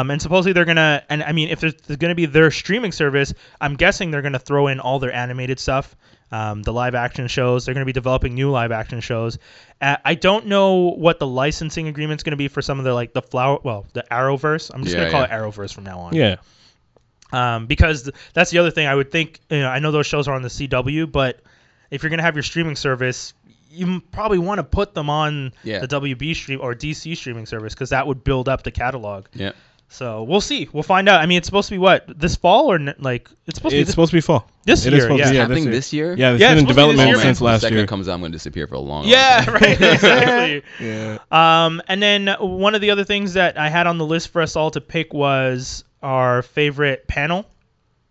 [SPEAKER 4] Um, and supposedly they're gonna, and I mean, if there's, there's gonna be their streaming service, I'm guessing they're gonna throw in all their animated stuff, um, the live action shows. They're gonna be developing new live action shows. Uh, I don't know what the licensing agreement's gonna be for some of the like the flower, well, the Arrowverse. I'm just
[SPEAKER 5] Yeah,
[SPEAKER 4] gonna call it
[SPEAKER 5] yeah.
[SPEAKER 4] Arrowverse from now on.
[SPEAKER 6] Yeah.
[SPEAKER 4] Um, because th- that's the other thing I would think. You know, I know those shows are on the CW, but if you're gonna have your streaming service, you m- probably want to put them on
[SPEAKER 5] Yeah.
[SPEAKER 4] the WB stream or DC streaming service because that would build up the catalog.
[SPEAKER 5] Yeah.
[SPEAKER 4] So we'll see. We'll find out. I mean, it's supposed to be what this fall or n- like it's supposed to be
[SPEAKER 6] It's
[SPEAKER 4] this,
[SPEAKER 6] supposed to be fall.
[SPEAKER 4] this
[SPEAKER 6] it is
[SPEAKER 4] year.
[SPEAKER 6] supposed
[SPEAKER 4] yeah.
[SPEAKER 6] to be, yeah.
[SPEAKER 5] happening
[SPEAKER 6] this
[SPEAKER 5] this year.
[SPEAKER 6] Yeah, it's
[SPEAKER 4] Yeah,
[SPEAKER 6] been
[SPEAKER 4] it's supposed
[SPEAKER 6] in
[SPEAKER 4] to be this
[SPEAKER 6] development
[SPEAKER 4] year, man.
[SPEAKER 6] since
[SPEAKER 5] the
[SPEAKER 6] last
[SPEAKER 5] second
[SPEAKER 6] year.
[SPEAKER 5] comes out, I'm going to disappear for a long. long time.
[SPEAKER 4] Yeah, right. Exactly.
[SPEAKER 6] Yeah.
[SPEAKER 4] Um, and then one of the other things that I had on the list for us all to pick was our favorite panel,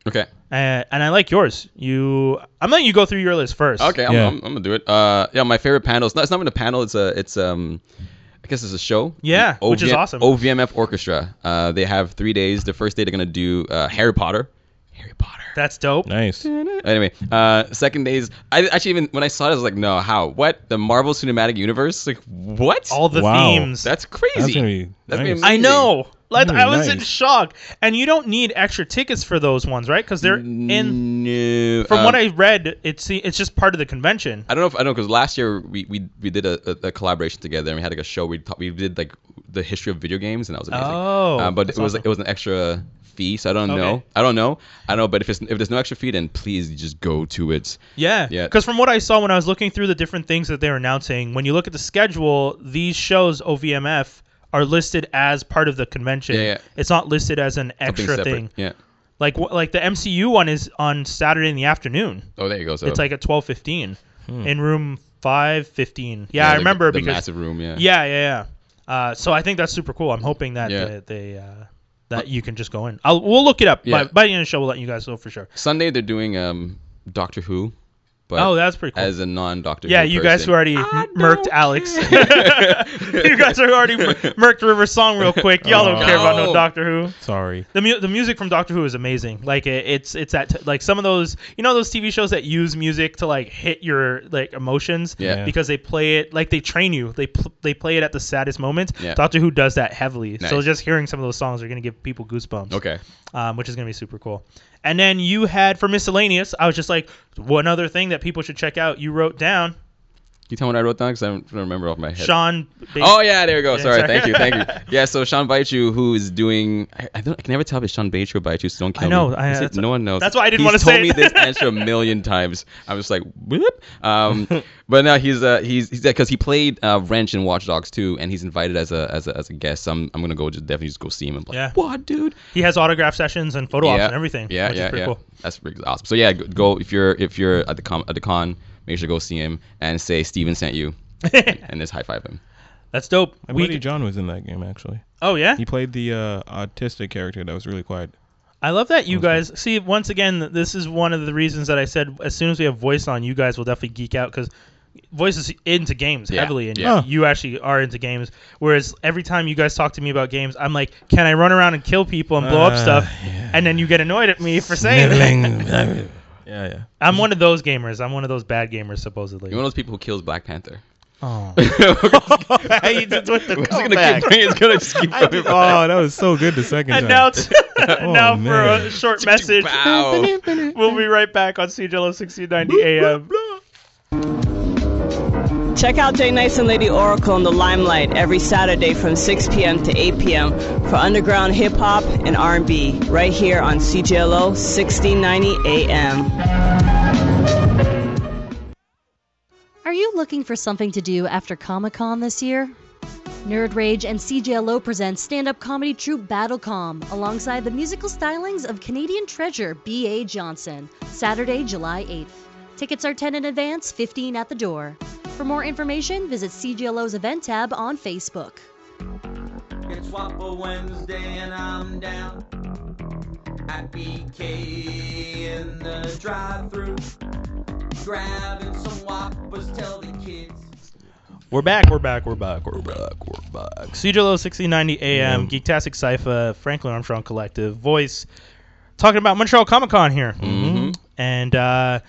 [SPEAKER 5] Okay.
[SPEAKER 4] uh, and I like yours. You, I'm letting you go through your list first.
[SPEAKER 5] Okay. I'm,
[SPEAKER 6] Yeah.
[SPEAKER 5] I'm, I'm gonna do it. Uh, yeah, my favorite panel. It's not. It's not even a panel. It's a. It's um. I guess it's a show.
[SPEAKER 4] Yeah,
[SPEAKER 5] The
[SPEAKER 4] which is
[SPEAKER 5] OVM
[SPEAKER 4] awesome.
[SPEAKER 5] OVMF Orchestra. Uh, they have three days. The first day they're gonna do uh, Harry Potter. Harry Potter.
[SPEAKER 4] That's dope.
[SPEAKER 6] Nice.
[SPEAKER 5] Anyway, uh, second days. I actually even when I saw it, I was like, no, how? What? The Marvel Cinematic Universe? Like what?
[SPEAKER 4] All the
[SPEAKER 6] Wow.
[SPEAKER 4] themes.
[SPEAKER 5] That's crazy.
[SPEAKER 6] That's gonna be
[SPEAKER 5] That's
[SPEAKER 6] nice.
[SPEAKER 5] gonna be
[SPEAKER 4] I know. Like,
[SPEAKER 6] Ooh,
[SPEAKER 4] I was in
[SPEAKER 6] nice.
[SPEAKER 4] shock. And you don't need extra tickets for those ones, right? Because they're
[SPEAKER 5] Mm,
[SPEAKER 4] in.
[SPEAKER 5] No,
[SPEAKER 4] From what
[SPEAKER 5] um,
[SPEAKER 4] I read, it's it's just part of the convention.
[SPEAKER 5] I don't know if I don't because last year we, we, we did a, a, a collaboration together and we had like a show we taught, we did like the history of video games and that was amazing.
[SPEAKER 4] Oh,
[SPEAKER 5] um, but it
[SPEAKER 4] that's
[SPEAKER 5] was
[SPEAKER 4] awesome.
[SPEAKER 5] it was an extra fee, so I don't
[SPEAKER 4] Okay.
[SPEAKER 5] know. I don't know. I don't know. But if it's if there's no extra fee, then please just go to it.
[SPEAKER 4] Yeah.
[SPEAKER 5] Yeah.
[SPEAKER 4] Because from what I saw when I was looking through the different things that they're announcing, when you look at the schedule, these shows OVMF are listed as part of the convention.
[SPEAKER 5] Yeah, yeah.
[SPEAKER 4] It's not listed as an
[SPEAKER 5] Something
[SPEAKER 4] extra
[SPEAKER 5] separate.
[SPEAKER 4] thing.
[SPEAKER 5] Yeah.
[SPEAKER 4] Like wh- like the MCU one is on Saturday in the afternoon.
[SPEAKER 5] Oh, there you go. So
[SPEAKER 4] It's like at twelve fifteen
[SPEAKER 6] Hmm.
[SPEAKER 4] in room five fifteen. Yeah, I
[SPEAKER 5] like
[SPEAKER 4] remember
[SPEAKER 5] the, the
[SPEAKER 4] because
[SPEAKER 5] massive room. Yeah.
[SPEAKER 4] yeah yeah yeah. Uh, so I think that's super cool. I'm hoping that
[SPEAKER 5] Yeah.
[SPEAKER 4] they, they uh, that you can just go in. I'll we'll look it up
[SPEAKER 5] Yeah.
[SPEAKER 4] by, by the end of the show. We'll let you guys know for sure.
[SPEAKER 5] Sunday they're doing um Doctor Who, but
[SPEAKER 4] Oh, that's pretty cool.
[SPEAKER 5] as a non-Doctor.
[SPEAKER 4] Yeah,
[SPEAKER 5] Who
[SPEAKER 4] you guys
[SPEAKER 5] person.
[SPEAKER 4] who already m- murked Alex. you guys who already mur- murked River's song real quick. Y'all don't
[SPEAKER 6] Oh.
[SPEAKER 4] care about no
[SPEAKER 5] No.
[SPEAKER 4] Doctor Who.
[SPEAKER 6] Sorry.
[SPEAKER 4] The, mu- the music from Doctor Who is amazing. Like it, it's it's that t- like some of those you know those TV shows that use music to like hit your like emotions
[SPEAKER 5] Yeah.
[SPEAKER 4] because they play it like they train you. They pl- they play it at the saddest moments.
[SPEAKER 5] Yeah.
[SPEAKER 4] Doctor Who does that heavily. So
[SPEAKER 5] Nice.
[SPEAKER 4] just hearing some of those songs are going to give people goosebumps
[SPEAKER 5] Okay.
[SPEAKER 4] um, which is going to be super cool. And then you had for miscellaneous, I was just like, one other thing that people should check out. You wrote down
[SPEAKER 5] Can you tell me what I wrote down because I don't remember off my head.
[SPEAKER 4] Sean. Ba-
[SPEAKER 5] Oh yeah, there we go.
[SPEAKER 4] Yeah,
[SPEAKER 5] sorry,
[SPEAKER 4] sorry.
[SPEAKER 5] thank you, thank you. Yeah, so Sean Baichu, who is doing, I, I, don't, I can never tell if it's Sean Baichu or Baichu, so don't
[SPEAKER 4] I
[SPEAKER 5] kill
[SPEAKER 4] know,
[SPEAKER 5] me.
[SPEAKER 4] I-
[SPEAKER 5] Is it-
[SPEAKER 4] that's-
[SPEAKER 5] no one knows.
[SPEAKER 4] that's why I didn't
[SPEAKER 5] He's
[SPEAKER 4] wanna say
[SPEAKER 5] told me
[SPEAKER 4] it.
[SPEAKER 5] this answer a million times. I was like, whoop. Um, but now he's uh, he's he's because he played uh, Wrench in Watch Dogs too, and he's invited as a as a, as a guest. So I'm, I'm gonna go just definitely just go see him and be like,
[SPEAKER 4] Yeah.
[SPEAKER 5] what, dude?
[SPEAKER 4] He has autograph sessions and photo ops
[SPEAKER 5] yeah,
[SPEAKER 4] and everything.
[SPEAKER 5] Yeah,
[SPEAKER 4] which
[SPEAKER 5] yeah,
[SPEAKER 4] is pretty
[SPEAKER 5] yeah.
[SPEAKER 4] cool.
[SPEAKER 5] That's pretty awesome. So yeah, go- go if you're if you're at the con, at the con, make sure to go see him and say Steven sent you, and just high five him.
[SPEAKER 4] That's dope.
[SPEAKER 6] My
[SPEAKER 4] We-
[SPEAKER 6] buddy John was in that game actually.
[SPEAKER 4] oh yeah,
[SPEAKER 6] He played the uh, autistic character that was really quiet.
[SPEAKER 4] I love that you guys. See, once again, this is one of the reasons that I said as soon as we have voice on, you guys will definitely geek out because voice is into games
[SPEAKER 5] Yeah,
[SPEAKER 4] heavily, and
[SPEAKER 5] yeah.
[SPEAKER 4] you actually are into games. Whereas every time you guys talk to me about games, I'm like, can I run around and kill people and blow up
[SPEAKER 5] Uh,
[SPEAKER 6] Ah,
[SPEAKER 4] stuff?
[SPEAKER 6] yeah.
[SPEAKER 4] And then you get annoyed at me for saying that.
[SPEAKER 6] yeah, yeah.
[SPEAKER 4] I'm one of those gamers. I'm one of those bad gamers, supposedly.
[SPEAKER 5] You're one of those people who kills Black Panther.
[SPEAKER 4] Oh.
[SPEAKER 5] We're
[SPEAKER 4] you just went the
[SPEAKER 5] just gonna keep,
[SPEAKER 4] comeback.
[SPEAKER 5] it's gonna just keep coming back.
[SPEAKER 6] Oh, that was so good the second time. Oh,
[SPEAKER 4] And now, t-
[SPEAKER 5] Oh,
[SPEAKER 4] now for a
[SPEAKER 6] man.
[SPEAKER 4] short message,
[SPEAKER 5] Wow.
[SPEAKER 4] we'll be right back on CJLO 1690 AM.
[SPEAKER 7] Check out Jay Nice and Lady Oracle in the Limelight every Saturday from 6 p.m. to 8 p.m. for underground hip hop and R&B right here on CJLO 1690 AM.
[SPEAKER 8] Are you looking for something to do after Comic Con this year? Nerd Rage and CJLO presents stand up comedy troupe Battlecom alongside the musical stylings of Canadian treasure B.A. Johnson, Saturday, July 8th. Tickets are 10 in advance, 15 at the door. For more information, visit CJLO's event tab on Facebook.
[SPEAKER 9] It's Waffle Wednesday and I'm down at BK in the drive-thru, grabbing some waffles. Tell the kids.
[SPEAKER 4] We're back, we're back, we're back, we're back, we're back. CJLO 1690 AM, Geektastic Cypher, Franklin Armstrong Collective, Voice, talking about Montreal Comic Con here.
[SPEAKER 6] Mm-hmm.
[SPEAKER 5] hmm
[SPEAKER 4] And uh,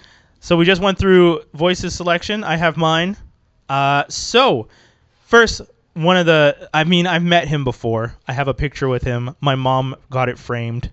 [SPEAKER 4] so we just went through voices selection. I have mine. Uh, so first, one of the I mean I've met him before. I have a picture with him. My mom got it framed.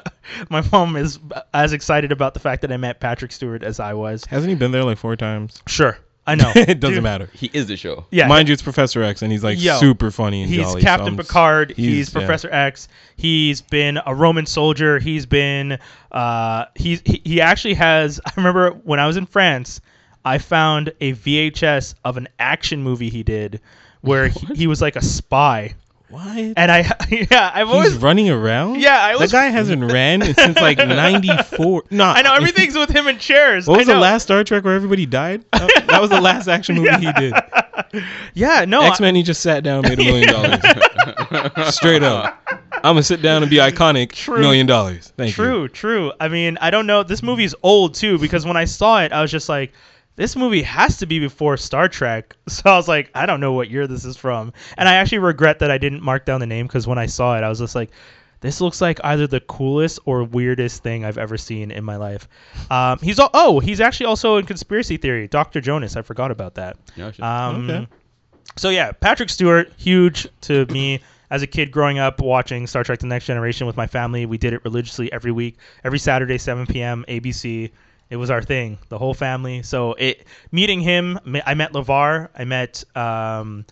[SPEAKER 4] My mom is as excited about the fact that I met Patrick Stewart as I was.
[SPEAKER 6] Hasn't he been there like four times?
[SPEAKER 4] Sure, I know.
[SPEAKER 6] it doesn't
[SPEAKER 4] Dude,
[SPEAKER 6] matter.
[SPEAKER 5] He is the show.
[SPEAKER 4] Yeah,
[SPEAKER 6] Mind you, it's Professor X, and he's like
[SPEAKER 4] Yo,
[SPEAKER 6] super funny and
[SPEAKER 4] he's
[SPEAKER 6] jolly. so
[SPEAKER 4] Captain
[SPEAKER 6] I'm-
[SPEAKER 4] Picard. He's,
[SPEAKER 6] he's- yeah.
[SPEAKER 4] Professor X. He's been a Roman soldier. He's been uh, he's he, he actually has. I remember when I was in France, I found a VHS of an action movie he did where he, he was like a spy.
[SPEAKER 6] What?
[SPEAKER 4] And I, yeah, I've
[SPEAKER 6] He's
[SPEAKER 4] always,
[SPEAKER 6] running around.
[SPEAKER 4] Oh, yeah, I
[SPEAKER 6] That
[SPEAKER 4] was.
[SPEAKER 6] guy hasn't ran since like '94. No,
[SPEAKER 4] I know everything's with him in chairs.
[SPEAKER 6] What was
[SPEAKER 4] I
[SPEAKER 6] the
[SPEAKER 4] know.
[SPEAKER 6] last Star Trek where everybody died? That that was the last action movie he did.
[SPEAKER 4] Yeah, no, Oh, I-
[SPEAKER 6] X Men, he just sat down, made a million dollars, straight up. I'm gonna sit down and be iconic.
[SPEAKER 4] True.
[SPEAKER 6] Million dollars. Thank you.
[SPEAKER 4] True, true. I mean, I don't know. This movie's old too because when I saw it, I was just like, this movie has to be before Star Trek. So I was like, I don't know what year this is from. And I actually regret that I didn't mark down the name because when I saw it, I was just like, this looks like either the coolest or weirdest thing I've ever seen in my life. Um, he's all, oh, he's actually also in conspiracy theory. Dr. Jonas, I forgot about that.
[SPEAKER 5] Yeah, shit.
[SPEAKER 4] Um,
[SPEAKER 6] Okay.
[SPEAKER 4] So yeah, Patrick Stewart, huge to me as a kid growing up watching Star Trek: The Next Generation with my family. We did it religiously every week, every Saturday, 7 p.m. ABC. It was our thing, the whole family. So it meeting him, me- I met Levar, I met um,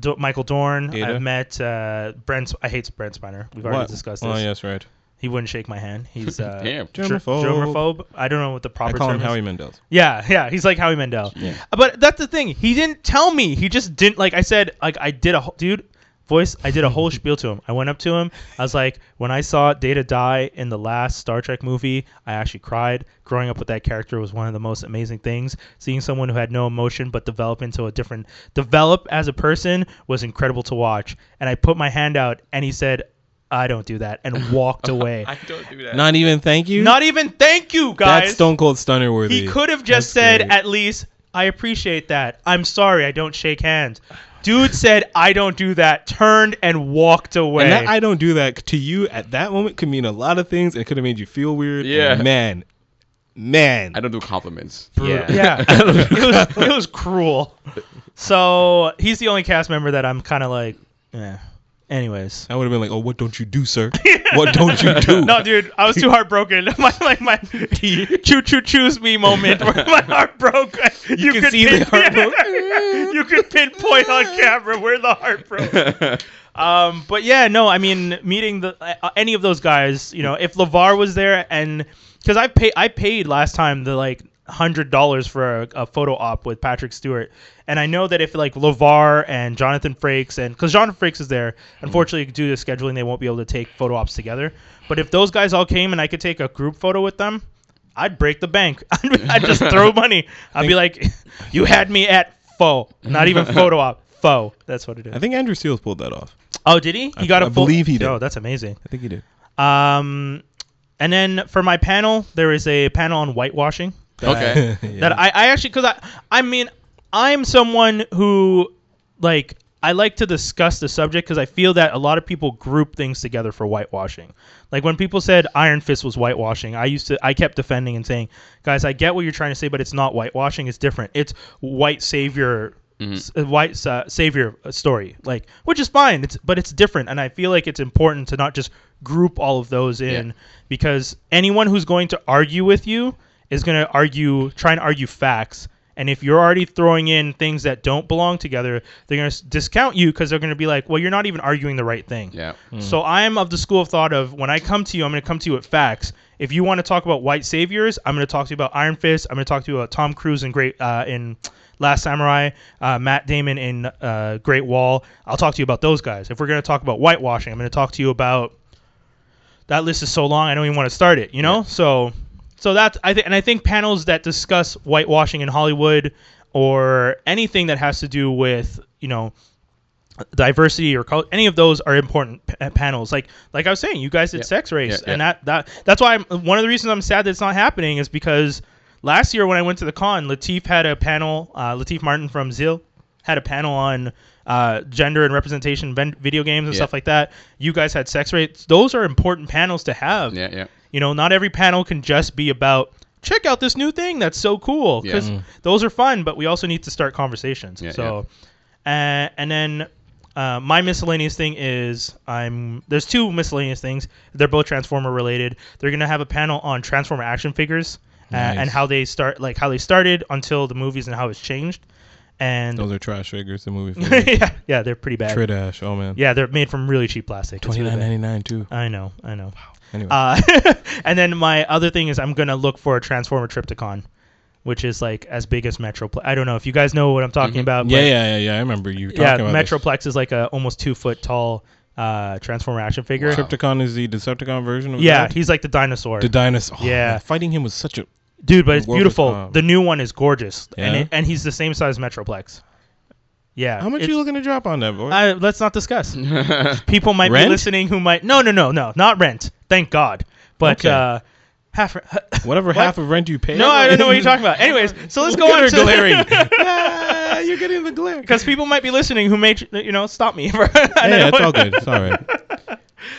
[SPEAKER 4] Do- Michael Dorn,
[SPEAKER 6] Data.
[SPEAKER 4] I met uh, Brent. I hate Brent Spiner. We've already
[SPEAKER 6] What?
[SPEAKER 4] discussed this.
[SPEAKER 6] Oh yes, right.
[SPEAKER 4] He wouldn't shake my hand. He's uh,
[SPEAKER 5] Damn.
[SPEAKER 4] ger-
[SPEAKER 6] Germaphobe.
[SPEAKER 4] germaphobe. I don't know what the
[SPEAKER 6] I
[SPEAKER 4] proper
[SPEAKER 6] call
[SPEAKER 4] term
[SPEAKER 6] him
[SPEAKER 4] is.
[SPEAKER 6] Howie Mendel.
[SPEAKER 4] Yeah, yeah, he's like Howie Mandel.
[SPEAKER 6] Yeah.
[SPEAKER 4] But that's the thing. He didn't tell me. He just didn't like. I said like I did a whole- dude voice. I did a whole spiel to him. I went up to him. I was like, when I saw Data die in the last Star Trek movie, I actually cried. Growing up with that character was one of the most amazing things. Seeing someone who had no emotion but develop into a different develop as a person was incredible to watch. And I put my hand out, and he said, "I don't do that," and walked away.
[SPEAKER 5] I don't do that.
[SPEAKER 6] Not even thank you.
[SPEAKER 4] Not even thank you, guys.
[SPEAKER 6] That's Stone Cold Stunner worthy.
[SPEAKER 4] He could have just
[SPEAKER 6] That's
[SPEAKER 4] said,
[SPEAKER 6] great.
[SPEAKER 4] at least, I appreciate that. I'm sorry, I don't shake hands. Dude said, I don't do that, turned and walked away.
[SPEAKER 6] And that I don't do that to you at that moment could mean a lot of things. It could have made you feel weird.
[SPEAKER 5] Yeah.
[SPEAKER 6] Man. Man.
[SPEAKER 5] I don't do compliments.
[SPEAKER 4] yeah. yeah. it, was, it was cruel. So he's the only cast member that I'm kind of like, yeah. Anyways.
[SPEAKER 6] I would have been like, oh, what don't you do, sir? what don't you do?
[SPEAKER 4] No, dude, I was too heartbroken. my like my choo choo choose me moment where my heart broke. You,
[SPEAKER 6] can see the heart broke.
[SPEAKER 4] you could pinpoint on camera where the heart broke. Um, but yeah, no, I mean, meeting the uh, any of those guys, you know, if Levar was there, and because I pay, I paid last time the like hundred dollars for a, a photo op with Patrick Stewart, and I know that if like Levar and Jonathan Frakes and because Jonathan Frakes is there, unfortunately due to scheduling they won't be able to take photo ops together. But if those guys all came and I could take a group photo with them. I'd break the bank. I'd, I'd just throw money. I'd be like, "You had me at faux, not even photo op, faux." That's what it is.
[SPEAKER 6] I think Andrew Seals pulled that off.
[SPEAKER 4] Oh, did he? He got a
[SPEAKER 6] I
[SPEAKER 4] full-
[SPEAKER 6] believe he did.
[SPEAKER 4] Oh, that's amazing.
[SPEAKER 6] I think he did.
[SPEAKER 4] Um, and then for my panel, there is a panel on whitewashing
[SPEAKER 5] Okay.
[SPEAKER 4] that I, I actually because I I mean I'm someone who like I like to discuss the subject because I feel that a lot of people group things together for whitewashing. Like when people said Iron Fist was whitewashing, I used to I kept defending and saying, guys, I get what you're trying to say, but it's not whitewashing. It's different. It's white savior. s- uh, White uh, savior uh, story, like which is fine. It's but it's different, and I feel like it's important to not just group all of those in because anyone who's going to argue with you is going to argue, try and argue facts. And if you're already throwing in things that don't belong together, they're going to discount you because they're going to be like, well, you're not even arguing the right thing.
[SPEAKER 5] yeah.
[SPEAKER 4] So I'm of the school of thought of when I come to you, I'm going to come to you with facts. If you want to talk about white saviors, I'm going to talk to you about Iron Fist. I'm going to talk to you about Tom Cruise in Great uh, in Last Samurai, uh, Matt Damon in uh, Great Wall. I'll talk to you about those guys. If we're going to talk about whitewashing, I'm going to talk to you about that list is so long I don't even want to start it, you know? So so that's I think and I think panels that discuss whitewashing in Hollywood or anything that has to do with, you know, diversity or col- any of those are important p- uh, panels. Like like I was saying, you guys did sex race
[SPEAKER 5] Yeah, yeah.
[SPEAKER 4] and that that that's why I'm, one of the reasons I'm sad that it's not happening is because last year when I went to the con, Latif had a panel, uh, Latif Martin from Zill had a panel on uh, gender and representation in ven- video games and
[SPEAKER 5] Yeah.
[SPEAKER 4] stuff like that. You guys had sex rates. Those are important panels to have.
[SPEAKER 5] Yeah. Yeah.
[SPEAKER 4] You know, not every panel can just be about check out this new thing that's so cool
[SPEAKER 5] Yeah.
[SPEAKER 6] Mm-hmm.
[SPEAKER 4] because those are fun, but we also need to start conversations.
[SPEAKER 5] Yeah,
[SPEAKER 4] so, Uh, and then uh, my miscellaneous thing is I'm there's two miscellaneous things. They're both Transformer related. They're gonna have a panel on Transformer action figures uh, and
[SPEAKER 6] Nice.
[SPEAKER 4] how they start, like how they started until the movies and how it's changed. And
[SPEAKER 6] Those are trash figures, the movie. figures.
[SPEAKER 4] yeah, yeah, they're pretty bad.
[SPEAKER 6] Tradash. Oh, man.
[SPEAKER 4] Yeah, they're made from really cheap plastic. It's
[SPEAKER 6] Twenty
[SPEAKER 4] really
[SPEAKER 6] nine
[SPEAKER 4] bad.
[SPEAKER 6] ninety nine too.
[SPEAKER 4] I know, I know.
[SPEAKER 6] Anyway.
[SPEAKER 4] Uh, and then my other thing is I'm gonna look for a Transformer Tripticon, which is like as big as Metroplex. I don't know if you guys know what I'm talking about.
[SPEAKER 6] Mm-hmm. Yeah,
[SPEAKER 4] but-
[SPEAKER 6] yeah, yeah, yeah. I remember you talking
[SPEAKER 4] yeah.
[SPEAKER 6] about
[SPEAKER 4] Metroplex is like a almost two foot tall uh, Transformer action figure.
[SPEAKER 6] This. Decepticon is the Decepticon version of
[SPEAKER 4] Yeah,
[SPEAKER 6] that?
[SPEAKER 4] he's like the dinosaur.
[SPEAKER 6] the dinosaur. Oh,
[SPEAKER 4] Yeah.
[SPEAKER 6] man, fighting him was such a
[SPEAKER 4] Dude, but it's
[SPEAKER 6] World of
[SPEAKER 4] beautiful.
[SPEAKER 6] Calm.
[SPEAKER 4] the new one is gorgeous, and
[SPEAKER 6] Yeah?
[SPEAKER 4] it, and he's the same size Metroplex. Yeah.
[SPEAKER 6] How much
[SPEAKER 4] it's-
[SPEAKER 6] you looking to drop on that boy?
[SPEAKER 4] I, let's not discuss. People might
[SPEAKER 6] Rent?
[SPEAKER 4] be listening who might. No, no, no, no, not rent. Thank God. But
[SPEAKER 6] Okay.
[SPEAKER 4] uh, half.
[SPEAKER 6] Whatever half of rent you pay.
[SPEAKER 4] no, I don't know what you're talking about. Anyways, so let's go
[SPEAKER 6] Look at
[SPEAKER 4] on
[SPEAKER 6] her
[SPEAKER 4] to
[SPEAKER 6] glaring. Ah, you're getting the glare.
[SPEAKER 4] because people might be listening who may you know stop me. for- I
[SPEAKER 6] Yeah,
[SPEAKER 4] don't
[SPEAKER 6] it's
[SPEAKER 4] know.
[SPEAKER 6] all good. It's all right.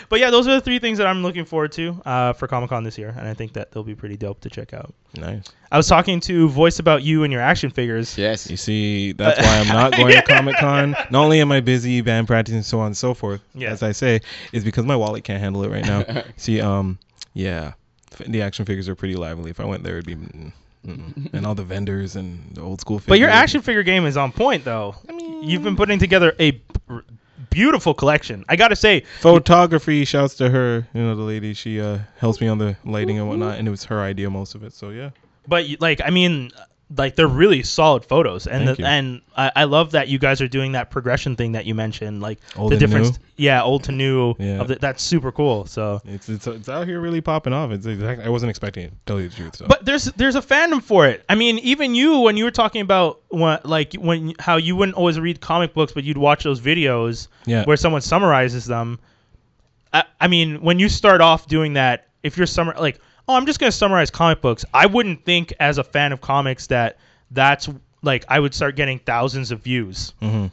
[SPEAKER 4] But yeah, those are the three things that I'm looking forward to uh, for Comic Con this year, and I think that they'll be pretty dope to check out.
[SPEAKER 6] Nice.
[SPEAKER 4] I was talking to Voice about you and your action figures.
[SPEAKER 5] yes.
[SPEAKER 6] You see, that's why I'm not going to Comic Con. Not only am I busy band practicing and so on and so forth,
[SPEAKER 4] Yeah.
[SPEAKER 6] as I say, is because my wallet can't handle it right now. see, um, yeah, f- the action figures are pretty lively. If I went there, it'd be mm, mm, and all the vendors and the old school. Figures.
[SPEAKER 4] But your action figure game is on point, though. I mean, you've been putting together a b- r- beautiful collection. I gotta say,
[SPEAKER 6] photography. Shouts to her, you know, the lady. She uh helps me on the lighting and whatnot, and it was her idea most of it. So yeah,
[SPEAKER 4] but you- like I mean, like they're really solid photos, and
[SPEAKER 6] Thank
[SPEAKER 4] the,
[SPEAKER 6] you.
[SPEAKER 4] and I, I love that you guys are doing that progression thing that you mentioned, like
[SPEAKER 6] Old
[SPEAKER 4] the
[SPEAKER 6] and
[SPEAKER 4] difference.
[SPEAKER 6] new?
[SPEAKER 4] Yeah, old to new.
[SPEAKER 6] Yeah.
[SPEAKER 4] Of the, that's super cool. So.
[SPEAKER 6] it's it's it's out here really popping off. It's exactly. I wasn't expecting it. to Tell you the truth. So.
[SPEAKER 4] But there's there's a fandom for it. I mean, even you when you were talking about when, like when how you wouldn't always read comic books, but you'd watch those videos
[SPEAKER 6] Yeah.
[SPEAKER 4] where someone summarizes them. I, I mean, when you start off doing that, if you're summar like, oh, I'm just gonna summarize comic books. I wouldn't think as a fan of comics that that's like I would start getting thousands of views.
[SPEAKER 6] Mm-hmm.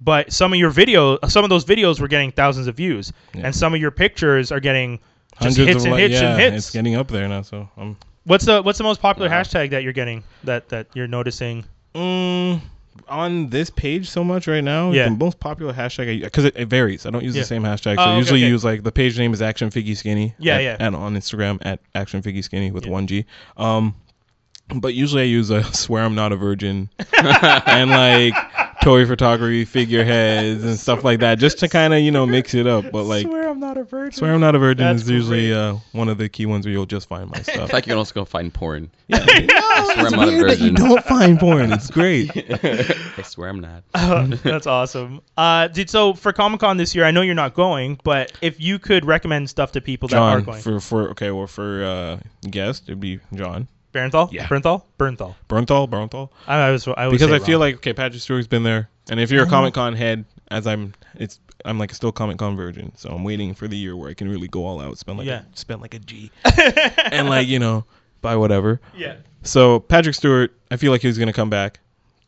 [SPEAKER 4] But some of your video, some of those videos were getting thousands of views, and some of your pictures are getting just hits and
[SPEAKER 6] li-
[SPEAKER 4] hits
[SPEAKER 6] yeah,
[SPEAKER 4] and hits.
[SPEAKER 6] It's getting up there now. So I'm.
[SPEAKER 4] What's the what's the most popular
[SPEAKER 6] Uh-huh.
[SPEAKER 4] hashtag that you're getting that that you're noticing?
[SPEAKER 6] Mm, on this page so much right now.
[SPEAKER 4] Yeah.
[SPEAKER 6] The most popular hashtag because it, it varies. I don't use
[SPEAKER 4] Yeah.
[SPEAKER 6] the same hashtag. So
[SPEAKER 4] Oh, okay,
[SPEAKER 6] I usually
[SPEAKER 4] okay.
[SPEAKER 6] use like the page name is Action Figgy Skinny.
[SPEAKER 4] Yeah,
[SPEAKER 6] at-
[SPEAKER 4] yeah.
[SPEAKER 6] And on Instagram at Action Figgy Skinny with one G. Um, but usually I use a swear I'm not a virgin and like toy photography figureheads and stuff like that just to kind of you know mix it up. But like swear,
[SPEAKER 4] I'm not a virgin.
[SPEAKER 6] I'm not a virgin
[SPEAKER 4] That's
[SPEAKER 6] is usually
[SPEAKER 4] great.
[SPEAKER 6] uh, one of the key ones where you'll just find my stuff.
[SPEAKER 5] It's like you can also go find porn.
[SPEAKER 6] I
[SPEAKER 5] swear I'm not a virgin.
[SPEAKER 6] don't find porn. It's great.
[SPEAKER 5] I swear I'm not.
[SPEAKER 4] Uh, That's awesome. Uh, dude, so for Comic Con this year, I know you're not going, but if you could recommend stuff to people that are
[SPEAKER 6] John
[SPEAKER 4] going,
[SPEAKER 6] for for okay well for uh guest it'd be John
[SPEAKER 4] Bernthal,
[SPEAKER 6] Yeah.
[SPEAKER 4] Bernthal, Bernthal.
[SPEAKER 6] Bernthal Bernthal
[SPEAKER 4] I, I was I always
[SPEAKER 6] because
[SPEAKER 4] say
[SPEAKER 6] I
[SPEAKER 4] it
[SPEAKER 6] feel
[SPEAKER 4] wrong.
[SPEAKER 6] like okay Patrick Stewart's been there and if you're
[SPEAKER 4] Uh-huh.
[SPEAKER 6] a Comic Con head as I'm it's I'm like still Comic Con virgin so I'm waiting for the year where I can really go all out spend like
[SPEAKER 4] Yeah.
[SPEAKER 6] a, spend like a G and like you know buy whatever
[SPEAKER 4] yeah.
[SPEAKER 6] so Patrick Stewart I feel like he's gonna come back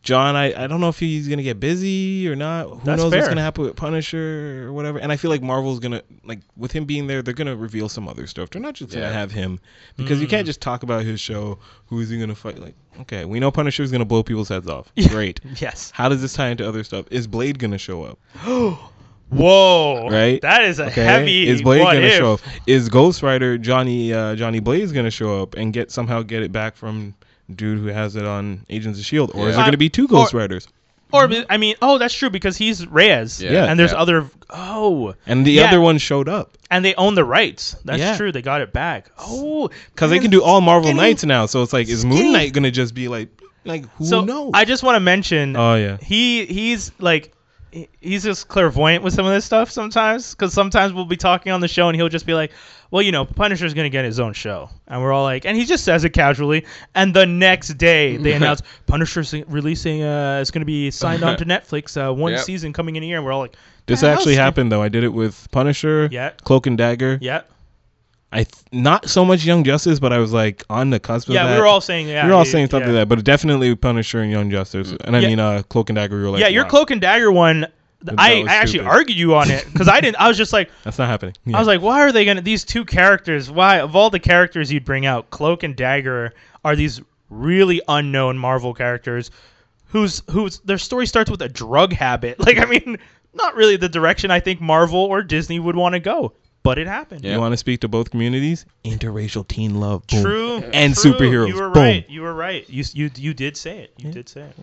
[SPEAKER 6] John I I don't know if he's gonna get busy or not who
[SPEAKER 4] That's
[SPEAKER 6] knows
[SPEAKER 4] fair.
[SPEAKER 6] what's gonna happen with Punisher or whatever and I feel like Marvel's gonna like with him being there they're gonna reveal some other stuff they're not just gonna
[SPEAKER 5] Yeah.
[SPEAKER 6] have him because you can't
[SPEAKER 4] Mm.
[SPEAKER 6] just talk about his show. Who is he gonna fight? Like, okay, we know Punisher's gonna blow people's heads off. Great.
[SPEAKER 4] Yes.
[SPEAKER 6] How does this tie into other stuff? Is Blade gonna show up?
[SPEAKER 4] Whoa.
[SPEAKER 6] Right?
[SPEAKER 4] That is a
[SPEAKER 6] Okay.
[SPEAKER 4] heavy.
[SPEAKER 6] is Blade
[SPEAKER 4] what
[SPEAKER 6] gonna
[SPEAKER 4] if.
[SPEAKER 6] show up? Is Ghost Rider Johnny uh, Johnny Blaze gonna show up and get somehow get it back from dude who has it on Agents of Shield? E Or is
[SPEAKER 5] Yeah.
[SPEAKER 6] there gonna be two Ghost Riders?
[SPEAKER 4] Or I mean, oh, that's true because he's Reyes.
[SPEAKER 5] Yeah,
[SPEAKER 4] And there's
[SPEAKER 5] yeah.
[SPEAKER 4] other. Oh.
[SPEAKER 6] And the
[SPEAKER 4] yeah.
[SPEAKER 6] other one showed up
[SPEAKER 4] And they own the rights. That's
[SPEAKER 6] Yeah.
[SPEAKER 4] true. They got it back. Oh.
[SPEAKER 6] because they can do all Marvel
[SPEAKER 4] Skinny-
[SPEAKER 6] Knights now. So it's like, is Moon
[SPEAKER 4] Skinny.
[SPEAKER 6] Knight gonna just be like, like who
[SPEAKER 4] so
[SPEAKER 6] knows?
[SPEAKER 4] I just want to mention.
[SPEAKER 6] oh yeah.
[SPEAKER 4] he he's like he- he's just clairvoyant with some of this stuff sometimes because sometimes we'll be talking on the show and he'll just be like well you know punisher's gonna get his own show and we're all like and he just says it casually and the next day they announce punisher's releasing uh it's gonna be signed on to netflix uh one
[SPEAKER 5] Yep.
[SPEAKER 4] season coming in a year and we're all like
[SPEAKER 6] This
[SPEAKER 4] "The hell,
[SPEAKER 6] actually
[SPEAKER 4] Steve?"
[SPEAKER 6] happened though. I did it with Punisher,
[SPEAKER 4] Yeah.
[SPEAKER 6] Cloak and Dagger.
[SPEAKER 4] yeah
[SPEAKER 6] I th- not so much Young Justice, but I was like on the cusp of
[SPEAKER 4] yeah
[SPEAKER 6] that.
[SPEAKER 4] we were all saying yeah
[SPEAKER 6] we were all
[SPEAKER 4] he-
[SPEAKER 6] saying something
[SPEAKER 4] yeah. Mm-hmm.
[SPEAKER 6] like that, but definitely Punisher and Young Justice, and I
[SPEAKER 4] Yeah.
[SPEAKER 6] mean uh, Cloak and Dagger. We were like,
[SPEAKER 4] yeah your
[SPEAKER 6] wow,
[SPEAKER 4] cloak and dagger one
[SPEAKER 6] That
[SPEAKER 4] I,
[SPEAKER 6] was
[SPEAKER 4] I actually
[SPEAKER 6] stupid.
[SPEAKER 4] argued you on it because I didn't. I was just like,
[SPEAKER 6] That's not happening.
[SPEAKER 4] I was like, why are they gonna these two characters? Why of all the characters you'd bring out, Cloak and Dagger are these really unknown Marvel characters, whose whose their story starts with a drug habit. Like I mean, not really the direction I think Marvel or Disney would want to go, but it happened.
[SPEAKER 5] Yeah.
[SPEAKER 6] you want to speak to both communities? Interracial teen love. Boom.
[SPEAKER 4] True.
[SPEAKER 6] And
[SPEAKER 4] true.
[SPEAKER 6] superheroes.
[SPEAKER 4] You were
[SPEAKER 6] Boom.
[SPEAKER 4] right. You were right. You s- you you did say it. You did say it.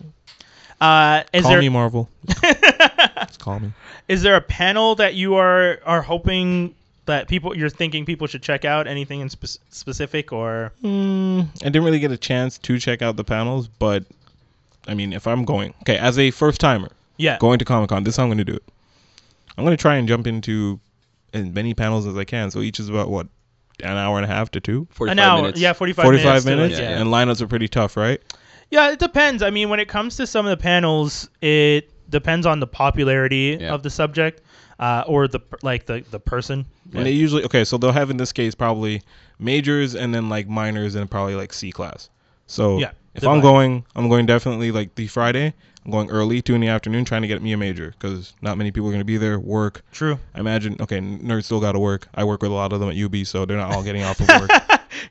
[SPEAKER 4] Uh, is
[SPEAKER 6] Call
[SPEAKER 4] there
[SPEAKER 6] me Marvel. Just call me.
[SPEAKER 4] is there a panel that you are are hoping that people you're thinking people should check out? Anything in spe- specific or
[SPEAKER 6] Mm, I didn't really get a chance to check out the panels, but I mean, if I'm going, okay, as a first timer
[SPEAKER 4] yeah?
[SPEAKER 6] going to Comic Con, this is how I'm going to do it. I'm going to try and jump into as many panels as I can. So each is about what an hour and a half to two.
[SPEAKER 5] 45
[SPEAKER 4] An hour,
[SPEAKER 5] minutes.
[SPEAKER 4] yeah, forty-five,
[SPEAKER 6] 45 minutes,
[SPEAKER 4] to it, yeah.
[SPEAKER 5] yeah.
[SPEAKER 6] and lineups are pretty tough, right?
[SPEAKER 4] Yeah, it depends. I mean, when it comes to some of the panels, it depends on the popularity
[SPEAKER 5] Yeah.
[SPEAKER 4] of the subject uh, or the per- like the the person.
[SPEAKER 6] And they usually okay, so they'll have in this case probably majors and then like minors and probably like C class. So
[SPEAKER 4] Yeah,
[SPEAKER 6] if
[SPEAKER 4] divide.
[SPEAKER 6] I'm going, I'm going definitely like the Friday. I'm going early, two in the afternoon, trying to get me a major because not many people are going to be there. Work.
[SPEAKER 4] True.
[SPEAKER 6] I imagine. Okay, n- nerds still got to work. I work with a lot of them at UB, so they're not all getting off of work.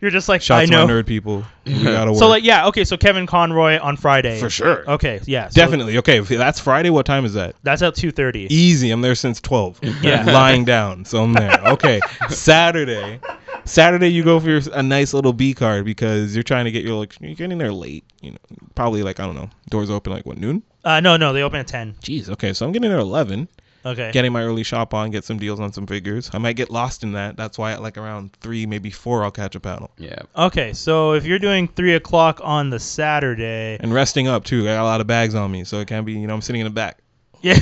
[SPEAKER 4] You're just like
[SPEAKER 6] Shout
[SPEAKER 4] I
[SPEAKER 6] to
[SPEAKER 4] know.
[SPEAKER 6] my nerd people. We got to work.
[SPEAKER 4] So like yeah, okay. So Kevin Conroy on Friday
[SPEAKER 6] for sure.
[SPEAKER 4] Okay, yeah, so
[SPEAKER 6] Definitely. Okay, if that's Friday. What time is that?
[SPEAKER 4] That's at two thirty.
[SPEAKER 6] easy. I'm there since 12.
[SPEAKER 4] Yeah.
[SPEAKER 6] Lying down. So I'm there. Okay. Saturday. Saturday, you go for your, a nice little B card because you're trying to get your, like, you're getting there late. You know, probably like, I don't know, doors open like, what, noon?
[SPEAKER 4] Uh, no, no, they open at ten.
[SPEAKER 6] Jeez. Okay. So I'm getting there 11,
[SPEAKER 4] Okay.
[SPEAKER 6] getting my early shop on, get some deals on some figures. I might get lost in that. That's why at like around three, maybe four, I'll catch a panel.
[SPEAKER 5] Yeah.
[SPEAKER 4] Okay, so if you're doing three o'clock on the Saturday,
[SPEAKER 6] And resting up too. I got a lot of bags on me. So it can't be, you know, I'm sitting in the back.
[SPEAKER 4] yeah,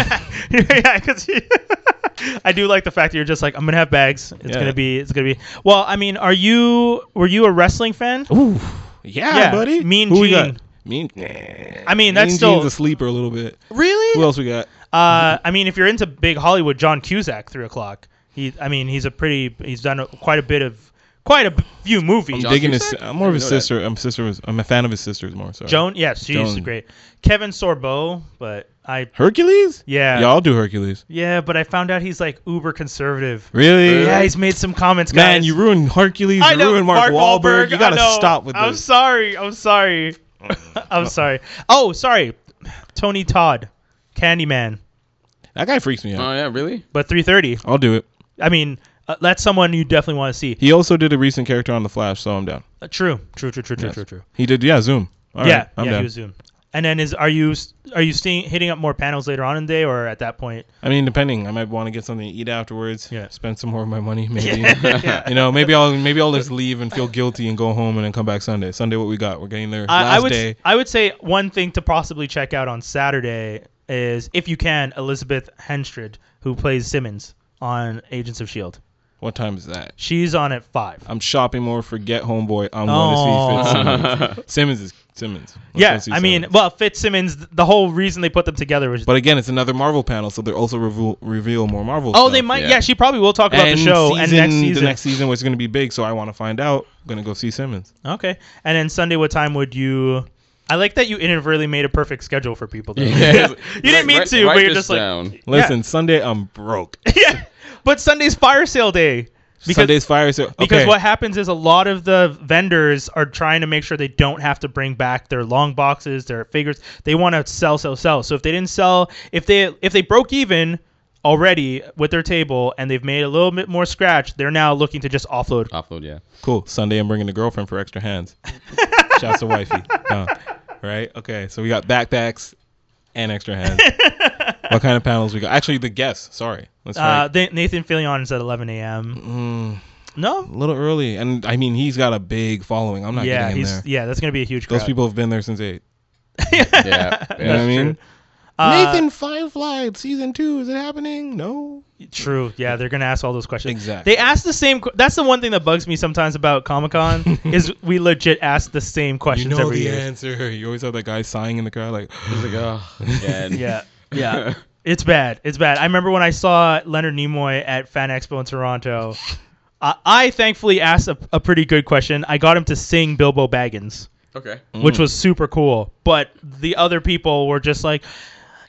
[SPEAKER 4] yeah, 'cause you- I do like the fact that you're just like I'm gonna have bags. It's
[SPEAKER 6] Yeah.
[SPEAKER 4] gonna be, it's gonna be. Well, I mean, are you? Were you a wrestling fan?
[SPEAKER 6] Ooh. Yeah,
[SPEAKER 4] Yeah,
[SPEAKER 6] buddy.
[SPEAKER 4] Mean
[SPEAKER 6] Who we
[SPEAKER 4] Gene.
[SPEAKER 6] got? Mean.
[SPEAKER 4] I mean,
[SPEAKER 6] mean
[SPEAKER 4] that's
[SPEAKER 6] Gene's
[SPEAKER 4] still
[SPEAKER 6] a sleeper a little bit.
[SPEAKER 4] really.
[SPEAKER 6] Who else we got?
[SPEAKER 4] Uh, I mean, if you're into big Hollywood, John Cusack, three o'clock. He, I mean, he's a pretty. He's done a, quite a bit of, quite a b- few movies.
[SPEAKER 5] John-
[SPEAKER 6] digging his.
[SPEAKER 5] Cusack?
[SPEAKER 6] I'm more of
[SPEAKER 5] I
[SPEAKER 6] his
[SPEAKER 5] didn't know that.
[SPEAKER 6] sister. I'm sister. was- I'm a fan of his sisters more. So
[SPEAKER 4] Joan, yes, she's
[SPEAKER 6] Joan.
[SPEAKER 4] great. Kevin Sorbo, but I,
[SPEAKER 6] Hercules.
[SPEAKER 4] yeah,
[SPEAKER 6] Y'all do Hercules.
[SPEAKER 4] yeah, but I found out he's like uber conservative.
[SPEAKER 6] Really?
[SPEAKER 4] Yeah, he's made some comments, guys.
[SPEAKER 6] Man, you ruined Hercules.
[SPEAKER 4] I
[SPEAKER 6] you
[SPEAKER 4] know,
[SPEAKER 6] ruined Mark, Wahlberg. You
[SPEAKER 4] I
[SPEAKER 6] gotta
[SPEAKER 4] know.
[SPEAKER 6] stop with
[SPEAKER 4] I'm
[SPEAKER 6] this.
[SPEAKER 4] sorry. I'm sorry.
[SPEAKER 6] Mm-hmm.
[SPEAKER 4] I'm sorry. Oh, sorry. Tony Todd, Candyman,
[SPEAKER 6] That guy freaks me out.
[SPEAKER 5] Oh yeah, really?
[SPEAKER 4] but 3:30.
[SPEAKER 6] I'll do it.
[SPEAKER 4] I mean, uh, that's someone you definitely want to see.
[SPEAKER 6] He also did a recent character on The Flash, so I'm down.
[SPEAKER 4] Uh, true. True. True. True. True.
[SPEAKER 6] Yes.
[SPEAKER 4] True. True.
[SPEAKER 6] He did, yeah, Zoom. All
[SPEAKER 4] yeah.
[SPEAKER 6] right, I'm
[SPEAKER 4] yeah.
[SPEAKER 6] down.
[SPEAKER 4] He was Zoom. And then is are you s- are you seeing hitting up more panels later on in the day or at that point?
[SPEAKER 6] I mean, depending, I might want to get something to eat afterwards.
[SPEAKER 4] Yeah.
[SPEAKER 6] Spend some more of my money, maybe. You know, maybe I'll maybe I'll just leave and feel guilty and go home and then come back Sunday. Sunday, what we got? We're getting there.
[SPEAKER 4] I,
[SPEAKER 6] last
[SPEAKER 4] I would
[SPEAKER 6] day.
[SPEAKER 4] I would say one thing to possibly check out on Saturday is if you can Elizabeth Henstrid who plays Simmons on Agents of Shield.
[SPEAKER 6] What time is that?
[SPEAKER 4] E She's on at five.
[SPEAKER 6] I'm shopping more for Get Homeboy. I'm going to see Fitzsimmons. Simmons is Simmons. Let's go
[SPEAKER 4] Oh. yeah,
[SPEAKER 6] see
[SPEAKER 4] I mean,
[SPEAKER 6] Simmons.
[SPEAKER 4] well, Fitzsimmons. th- The whole reason they put them together was.
[SPEAKER 6] but again, it's another Marvel panel, so they'll also reveal, reveal more Marvel.
[SPEAKER 4] oh,
[SPEAKER 6] stuff.
[SPEAKER 4] they might. Yeah.
[SPEAKER 5] yeah.
[SPEAKER 4] she probably will talk about the show and next season.
[SPEAKER 6] The next season was going to be big, so I want to find out. I'm going to go see Simmons.
[SPEAKER 4] Okay, and then Sunday, what time would you? I like that you inadvertently made a perfect schedule for people. Though. you didn't mean to, but you're just
[SPEAKER 5] down.
[SPEAKER 4] like.
[SPEAKER 6] Listen, Sunday I'm broke.
[SPEAKER 4] yeah, but Sunday's fire sale day. Because,
[SPEAKER 6] Sunday's fire sale.
[SPEAKER 4] because
[SPEAKER 6] okay.
[SPEAKER 4] what happens is a lot of the vendors are trying to make sure they don't have to bring back their long boxes, their figures. They want to sell, sell, sell. So if they didn't sell, if they if they broke even already with their table and they've made a little bit more scratch, they're now looking to just offload.
[SPEAKER 5] Offload, yeah.
[SPEAKER 6] Cool. Sunday I'm bringing the girlfriend for extra hands. Shouts to wifey. Uh, right? Okay. So we got backpacks and extra hands. what kind of panels we got? Actually, the guests. Sorry. Let's
[SPEAKER 4] Uh,
[SPEAKER 6] try
[SPEAKER 4] they, Nathan Fillion is at 11 a.m.
[SPEAKER 6] Mm,
[SPEAKER 4] No,
[SPEAKER 6] a little early, and I mean he's got a big following. I'm not
[SPEAKER 4] yeah,
[SPEAKER 6] getting in
[SPEAKER 4] he's
[SPEAKER 6] there.
[SPEAKER 4] yeah, that's gonna be a huge.
[SPEAKER 6] Those
[SPEAKER 4] crowd.
[SPEAKER 6] people have been there since eight.
[SPEAKER 5] Yeah.
[SPEAKER 6] You know what I
[SPEAKER 5] yeah.
[SPEAKER 6] mean?
[SPEAKER 4] Uh,
[SPEAKER 6] Nathan Firefly season two is it happening? No.
[SPEAKER 4] True. Yeah, they're gonna ask all those questions.
[SPEAKER 6] Exactly.
[SPEAKER 4] They ask the same. que- That's the one thing that bugs me sometimes about Comic Con is we legit ask the same
[SPEAKER 6] You
[SPEAKER 4] questions
[SPEAKER 6] know
[SPEAKER 4] every
[SPEAKER 6] the
[SPEAKER 4] year.
[SPEAKER 6] answer. You always have that guy sighing in the crowd like.
[SPEAKER 5] He's like, oh, again.
[SPEAKER 4] Yeah. Yeah. It's bad. It's bad. I remember when I saw Leonard Nimoy at Fan Expo in Toronto. I, I thankfully asked a, a pretty good question. I got him to sing Bilbo Baggins,
[SPEAKER 5] Okay.
[SPEAKER 6] Mm.
[SPEAKER 4] which was super cool. But the other people were just like,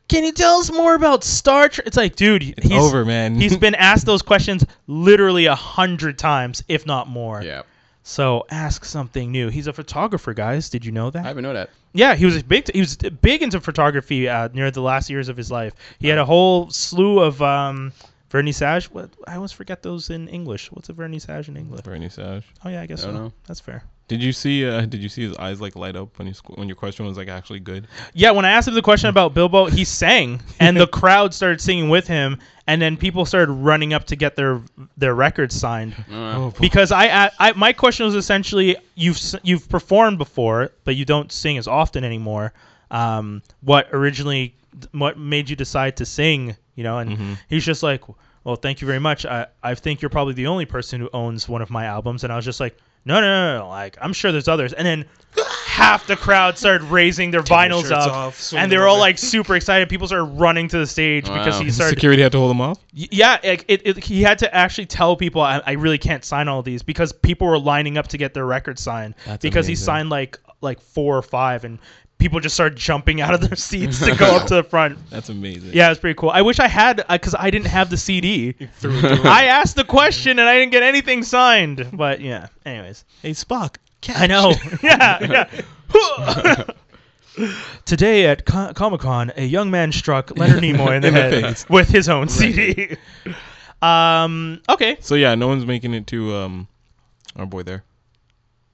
[SPEAKER 4] "Can you tell us more about Star Trek?" It's like, dude,
[SPEAKER 6] It's
[SPEAKER 4] he's,
[SPEAKER 6] over, man.
[SPEAKER 4] he's been asked those questions literally a hundred times, if not more.
[SPEAKER 5] Yeah.
[SPEAKER 4] So ask something new. He's a photographer, guys. Did you know that?
[SPEAKER 5] I haven't know that.
[SPEAKER 4] yeah, he was a big. he was big into photography uh, near the last years of his life. He had a whole slew of um, Vernissage? What? I always forget those in English. What's a vernissage in English?
[SPEAKER 6] Bernie Sash.
[SPEAKER 4] Oh yeah, I guess
[SPEAKER 5] I don't
[SPEAKER 4] so.
[SPEAKER 5] know.
[SPEAKER 4] That's fair.
[SPEAKER 6] Did you see? Uh, did you see his eyes like light up when you squ- when your question was like actually good?
[SPEAKER 4] Yeah, when I asked him the question about Bilbo, he sang, and the crowd started singing with him, and then people started running up to get their their records signed.
[SPEAKER 6] Oh,
[SPEAKER 5] Uh,
[SPEAKER 4] Because I, I, I my question was essentially you've s- you've performed before, but you don't sing as often anymore. Um, what originally what made you decide to sing? You know, and
[SPEAKER 6] Mm-hmm.
[SPEAKER 4] he's just like, well, thank you very much. I I think you're probably the only person who owns one of my albums, and I was just like. No, no, no, no! Like I'm sure there's others, and then half the crowd started raising their vinyls
[SPEAKER 6] shirts
[SPEAKER 4] up,
[SPEAKER 6] off, swing
[SPEAKER 4] and they
[SPEAKER 6] them
[SPEAKER 4] were all
[SPEAKER 6] over.
[SPEAKER 4] like super excited. People started running to the stage because
[SPEAKER 5] Wow.
[SPEAKER 4] he started
[SPEAKER 6] Security had to hold him off.
[SPEAKER 4] Y- Yeah, it, it, it, he had to actually tell people I, I really can't sign all these because people were lining up to get their record signed
[SPEAKER 6] That's
[SPEAKER 4] because he
[SPEAKER 6] amazing.
[SPEAKER 4] signed like like four or five and people just started jumping out of their seats to go up to the front.
[SPEAKER 6] That's amazing.
[SPEAKER 4] Yeah, it's pretty cool. I wish I had because I didn't have the CD. I asked the question and I didn't get anything signed. But yeah, anyways.
[SPEAKER 6] Hey Spock.
[SPEAKER 4] I know. yeah, yeah. Today at Co- Comic Con, a young man struck Leonard Nimoy in the
[SPEAKER 6] In the
[SPEAKER 4] head
[SPEAKER 6] face.
[SPEAKER 4] with his own CD. um. Okay.
[SPEAKER 6] So yeah, no one's making it to um our boy there at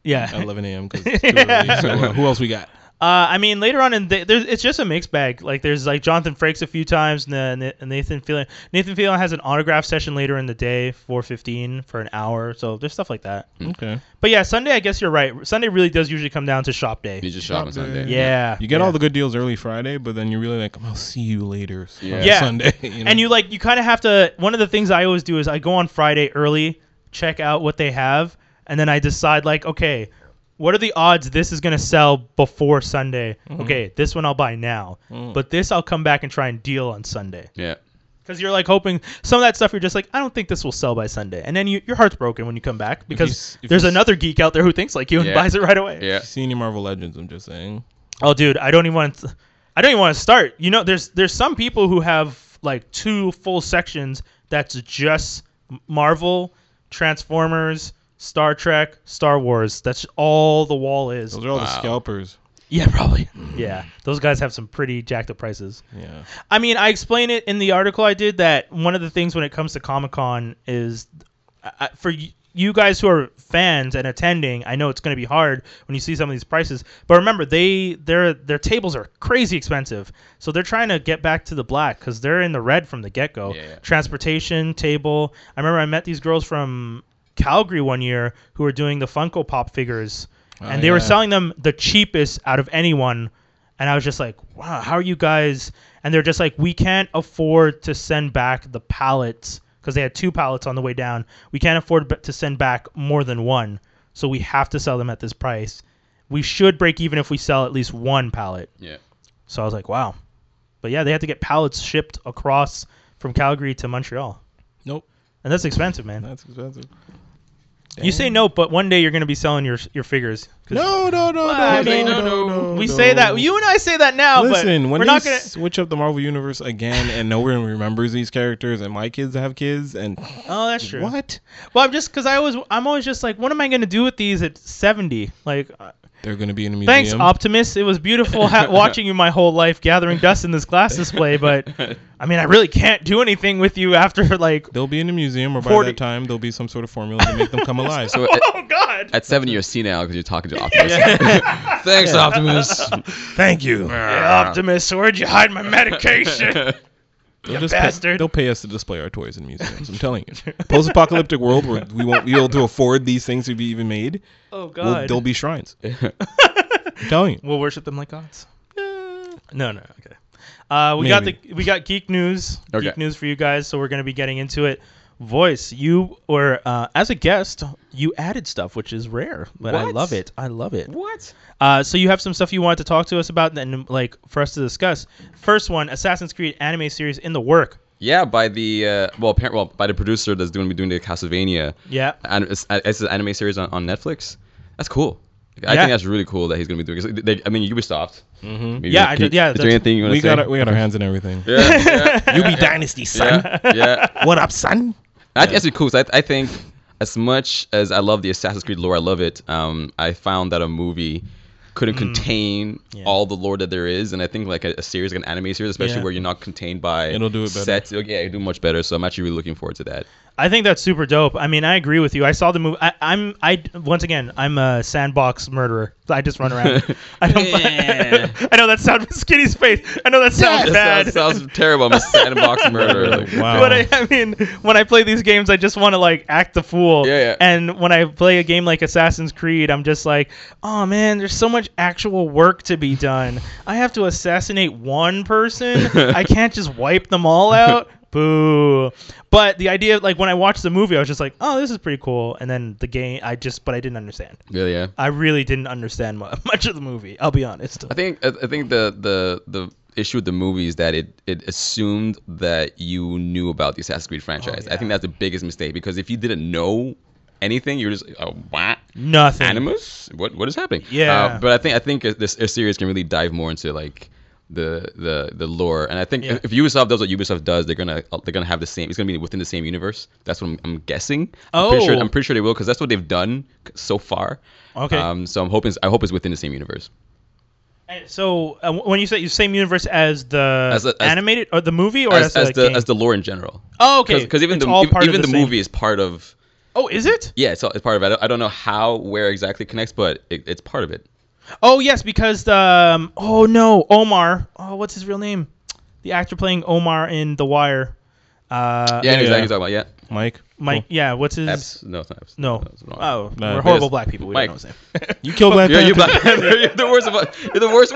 [SPEAKER 4] Yeah.
[SPEAKER 6] 11 a.m. because it's too early. So uh, who else we got?
[SPEAKER 4] Uh, I mean, later on in the, there's it's just a mixed bag. Like there's like Jonathan Frakes a few times, and then and Nathan Phelan. Nathan Phelan has an autograph session later in the day, 4:15 for an hour. So there's stuff like that.
[SPEAKER 6] Okay.
[SPEAKER 4] But yeah, Sunday, I guess you're right. Sunday really does usually come down to shop day. Yeah.
[SPEAKER 5] you just shop on Sunday.
[SPEAKER 6] You get
[SPEAKER 4] yeah.
[SPEAKER 6] all the good deals early Friday, but then you're really like, I'll see you later. s-
[SPEAKER 5] Yeah.
[SPEAKER 6] on
[SPEAKER 4] Yeah.
[SPEAKER 6] Sunday. You know?
[SPEAKER 4] and you like you kind of have to one of the things i always do is i go on friday early check out what they have and then i decide like okay what are the odds this is going to sell before sunday
[SPEAKER 6] Mm-hmm.
[SPEAKER 4] okay this one i'll buy now
[SPEAKER 6] Mm.
[SPEAKER 4] but this i'll come back and try and deal on sunday
[SPEAKER 5] Yeah.
[SPEAKER 4] because you're like hoping some of that stuff you're just like i don't think this will sell by sunday and then you, your heart's broken when you come back
[SPEAKER 6] you
[SPEAKER 4] because
[SPEAKER 6] s- if you
[SPEAKER 4] there's
[SPEAKER 6] s-
[SPEAKER 4] another geek out there who thinks like you and
[SPEAKER 5] Yeah.
[SPEAKER 4] buys it right away
[SPEAKER 5] Yeah.
[SPEAKER 6] If you see any Marvel Legends? I'm just saying.
[SPEAKER 4] Oh, dude, I don't even want. To, I don't even want to start. You know, there's there's some people who have like two full sections that's just Marvel, Transformers, Star Trek, Star Wars. That's all the wall is.
[SPEAKER 6] Those are all the
[SPEAKER 5] Wow.
[SPEAKER 6] scalpers.
[SPEAKER 4] Yeah, probably. Yeah, those guys have some pretty jacked up prices.
[SPEAKER 6] Yeah.
[SPEAKER 4] I mean, I explain it in the article I did that one of the things when it comes to Comic Con is I- I- for y- you guys who are fans and attending. I know it's going to be hard when you see some of these prices, but remember they their their tables are crazy expensive, so they're trying to get back to the black because they're in the red from the get go.
[SPEAKER 5] Yeah, yeah.
[SPEAKER 4] Transportation table. I remember I met these girls from Calgary one year who were doing the Funko Pop figures, and they were
[SPEAKER 6] yeah.
[SPEAKER 4] selling them the cheapest out of anyone. And I was just like, wow, how are you guys? And they're just like, we can't afford to send back the pallets because they had two pallets on the way down. We can't afford b- to send back more than one. So we have to sell them at this price. We should break even if we sell at least one pallet.
[SPEAKER 5] Yeah.
[SPEAKER 4] So I was like, wow. But yeah, they had to get pallets shipped across from Calgary to Montreal.
[SPEAKER 6] Nope.
[SPEAKER 4] And that's expensive, man.
[SPEAKER 6] That's expensive.
[SPEAKER 4] You say no, but one day you're going to be selling your your figures. 'Cause
[SPEAKER 6] No, no, no,
[SPEAKER 4] Well,
[SPEAKER 6] no,
[SPEAKER 4] I mean,
[SPEAKER 6] no, no, no.
[SPEAKER 4] we say that. You and I say that now,
[SPEAKER 6] Listen,
[SPEAKER 4] but
[SPEAKER 6] when
[SPEAKER 4] we're
[SPEAKER 6] they
[SPEAKER 4] not going to.
[SPEAKER 6] switch up the Marvel universe again, and no one remembers these characters, and my kids have kids, and
[SPEAKER 4] Oh, that's true.
[SPEAKER 6] what?
[SPEAKER 4] Well, I'm just because I always I'm always just like, what am I gonna do with these at 70? Like, uh,
[SPEAKER 6] They're gonna be in a museum.
[SPEAKER 4] thanks, Optimus. It was beautiful ha- watching you my whole life, gathering dust in this glass display. But I mean, I really can't do anything with you after like.
[SPEAKER 6] They'll be in a museum, or by
[SPEAKER 4] 40.
[SPEAKER 6] that time, there'll be some sort of formula to make them come alive.
[SPEAKER 5] So at,
[SPEAKER 4] Oh God.
[SPEAKER 5] at seven, you're senile because you're talking to Optimus. Thanks, Optimus.
[SPEAKER 6] thank you.
[SPEAKER 4] Hey, Optimus, where'd you hide my medication?
[SPEAKER 6] They'll
[SPEAKER 4] You
[SPEAKER 6] just pay-
[SPEAKER 4] bastard.
[SPEAKER 6] they'll pay us to display our toys in museums. I'm telling you, post-apocalyptic world where we won't be able to afford these things to be even made.
[SPEAKER 4] oh God.
[SPEAKER 6] We'll, there'll be shrines. I'm telling you.
[SPEAKER 4] We'll worship them like gods. No, no, okay. Uh, we got the
[SPEAKER 6] Maybe.
[SPEAKER 4] we got geek news,
[SPEAKER 5] Okay.
[SPEAKER 4] geek news for you guys. So we're gonna be getting into it. Voice, you were uh, as a guest, you added stuff, which is rare, but I
[SPEAKER 5] What?
[SPEAKER 4] love it. I love it.
[SPEAKER 5] what?
[SPEAKER 4] Uh, so you have some stuff you wanted to talk to us about, and like for us to discuss. First one, Assassin's Creed anime series in the work.
[SPEAKER 5] Yeah, by the uh, well, apparent, well, by the producer that's going to be doing the Castlevania.
[SPEAKER 4] Yeah.
[SPEAKER 5] an- it's, it's an anime series on, on Netflix. That's cool. I
[SPEAKER 4] Yeah.
[SPEAKER 5] think that's really cool that he's gonna be doing. 'cause They, I mean, Ubisoft. Mm-hmm.
[SPEAKER 4] Yeah, I did- yeah,
[SPEAKER 5] Is there
[SPEAKER 4] that's-
[SPEAKER 5] anything you want
[SPEAKER 6] We
[SPEAKER 5] to say?
[SPEAKER 6] got our, we got our hands in everything.
[SPEAKER 5] yeah, yeah,
[SPEAKER 6] You be Dynasty, son.
[SPEAKER 5] yeah, yeah.
[SPEAKER 6] What up, son?
[SPEAKER 5] I think that's really cool. 'cause I, I think as much as I love the Assassin's Creed lore, I love it. Um, I found that a movie
[SPEAKER 6] Mm.
[SPEAKER 5] couldn't contain
[SPEAKER 4] Yeah.
[SPEAKER 5] all the lore that there is, and I think like a, a series, like an anime series, especially
[SPEAKER 4] Yeah.
[SPEAKER 5] where you're not contained by
[SPEAKER 6] It'll do it better.
[SPEAKER 5] sets. Yeah, it'll do much better. So I'm actually really looking forward to that.
[SPEAKER 4] I think that's super dope. I mean, I agree with you. I saw the movie. I, I'm I once again, I'm a sandbox murderer. I just run around. I don't. I know that sounds skinny's face. I know that sounds
[SPEAKER 5] That
[SPEAKER 4] bad.
[SPEAKER 5] Sounds, sounds terrible. I'm a sandbox murderer. Like,
[SPEAKER 6] Wow.
[SPEAKER 4] But I, I mean, when I play these games, I just want to like act the fool.
[SPEAKER 5] Yeah, yeah.
[SPEAKER 4] And when I play a game like Assassin's Creed, I'm just like, oh man, there's so much actual work to be done. I have to assassinate one person. I can't just wipe them all out. Boo. But the idea, like when I watched the movie, I was just like, oh, this is pretty cool. And then the game, I just, but I didn't understand.
[SPEAKER 5] Yeah, yeah.
[SPEAKER 4] I really didn't understand mu- much of the movie. I'll be honest.
[SPEAKER 5] I think I I think the the the issue with the movie is that it it assumed that you knew about the Assassin's Creed franchise.
[SPEAKER 4] Oh,
[SPEAKER 5] I think that's the biggest mistake because if you didn't know anything, you're just oh, what
[SPEAKER 4] Nothing.
[SPEAKER 5] animus? What what is happening?
[SPEAKER 4] Hmm. Yeah.
[SPEAKER 5] Uh, but I think I think a- this a series can really dive more into like the the the lore, and I think
[SPEAKER 4] Yeah.
[SPEAKER 5] if Ubisoft does what Ubisoft does, they're gonna they're gonna have the same. It's gonna be within the same universe. That's what I'm, I'm guessing. I'm pretty
[SPEAKER 4] Oh.
[SPEAKER 5] sure, I'm pretty sure they will because that's what they've done so far.
[SPEAKER 4] Okay.
[SPEAKER 5] Um, so I'm hoping I hope it's within the same universe.
[SPEAKER 4] And So uh, w- when you say the same universe as the
[SPEAKER 5] As the- as-
[SPEAKER 4] animated or the movie or
[SPEAKER 5] as,
[SPEAKER 4] as,
[SPEAKER 5] as
[SPEAKER 4] the,
[SPEAKER 5] the
[SPEAKER 4] game?
[SPEAKER 5] as the lore in general.
[SPEAKER 4] oh okay
[SPEAKER 5] Because even
[SPEAKER 4] It's
[SPEAKER 5] the
[SPEAKER 4] all
[SPEAKER 5] even,
[SPEAKER 4] part of
[SPEAKER 5] even the,
[SPEAKER 4] same-
[SPEAKER 5] movie is part of
[SPEAKER 4] oh is it
[SPEAKER 5] yeah, it's, all- it's part of it. I don't, I don't know how where exactly it connects, but it, it's part of it.
[SPEAKER 4] oh yes because the um, oh no Omar oh what's his real name the actor playing Omar in The Wire uh
[SPEAKER 5] Yeah, I know
[SPEAKER 6] yeah.
[SPEAKER 5] exactly what you're talking
[SPEAKER 6] Mike.
[SPEAKER 4] Mike yeah what's his
[SPEAKER 5] about yeah. Eps, no, it's not Eps.
[SPEAKER 4] no
[SPEAKER 5] That's wrong.
[SPEAKER 4] oh
[SPEAKER 6] No,
[SPEAKER 4] we're horrible
[SPEAKER 5] it's
[SPEAKER 4] black people we
[SPEAKER 5] Mike.
[SPEAKER 4] don't know his name.
[SPEAKER 6] You killed Black
[SPEAKER 5] Yeah,
[SPEAKER 6] Panther.
[SPEAKER 5] you're Black Panther. You're the worst of us. You're the worst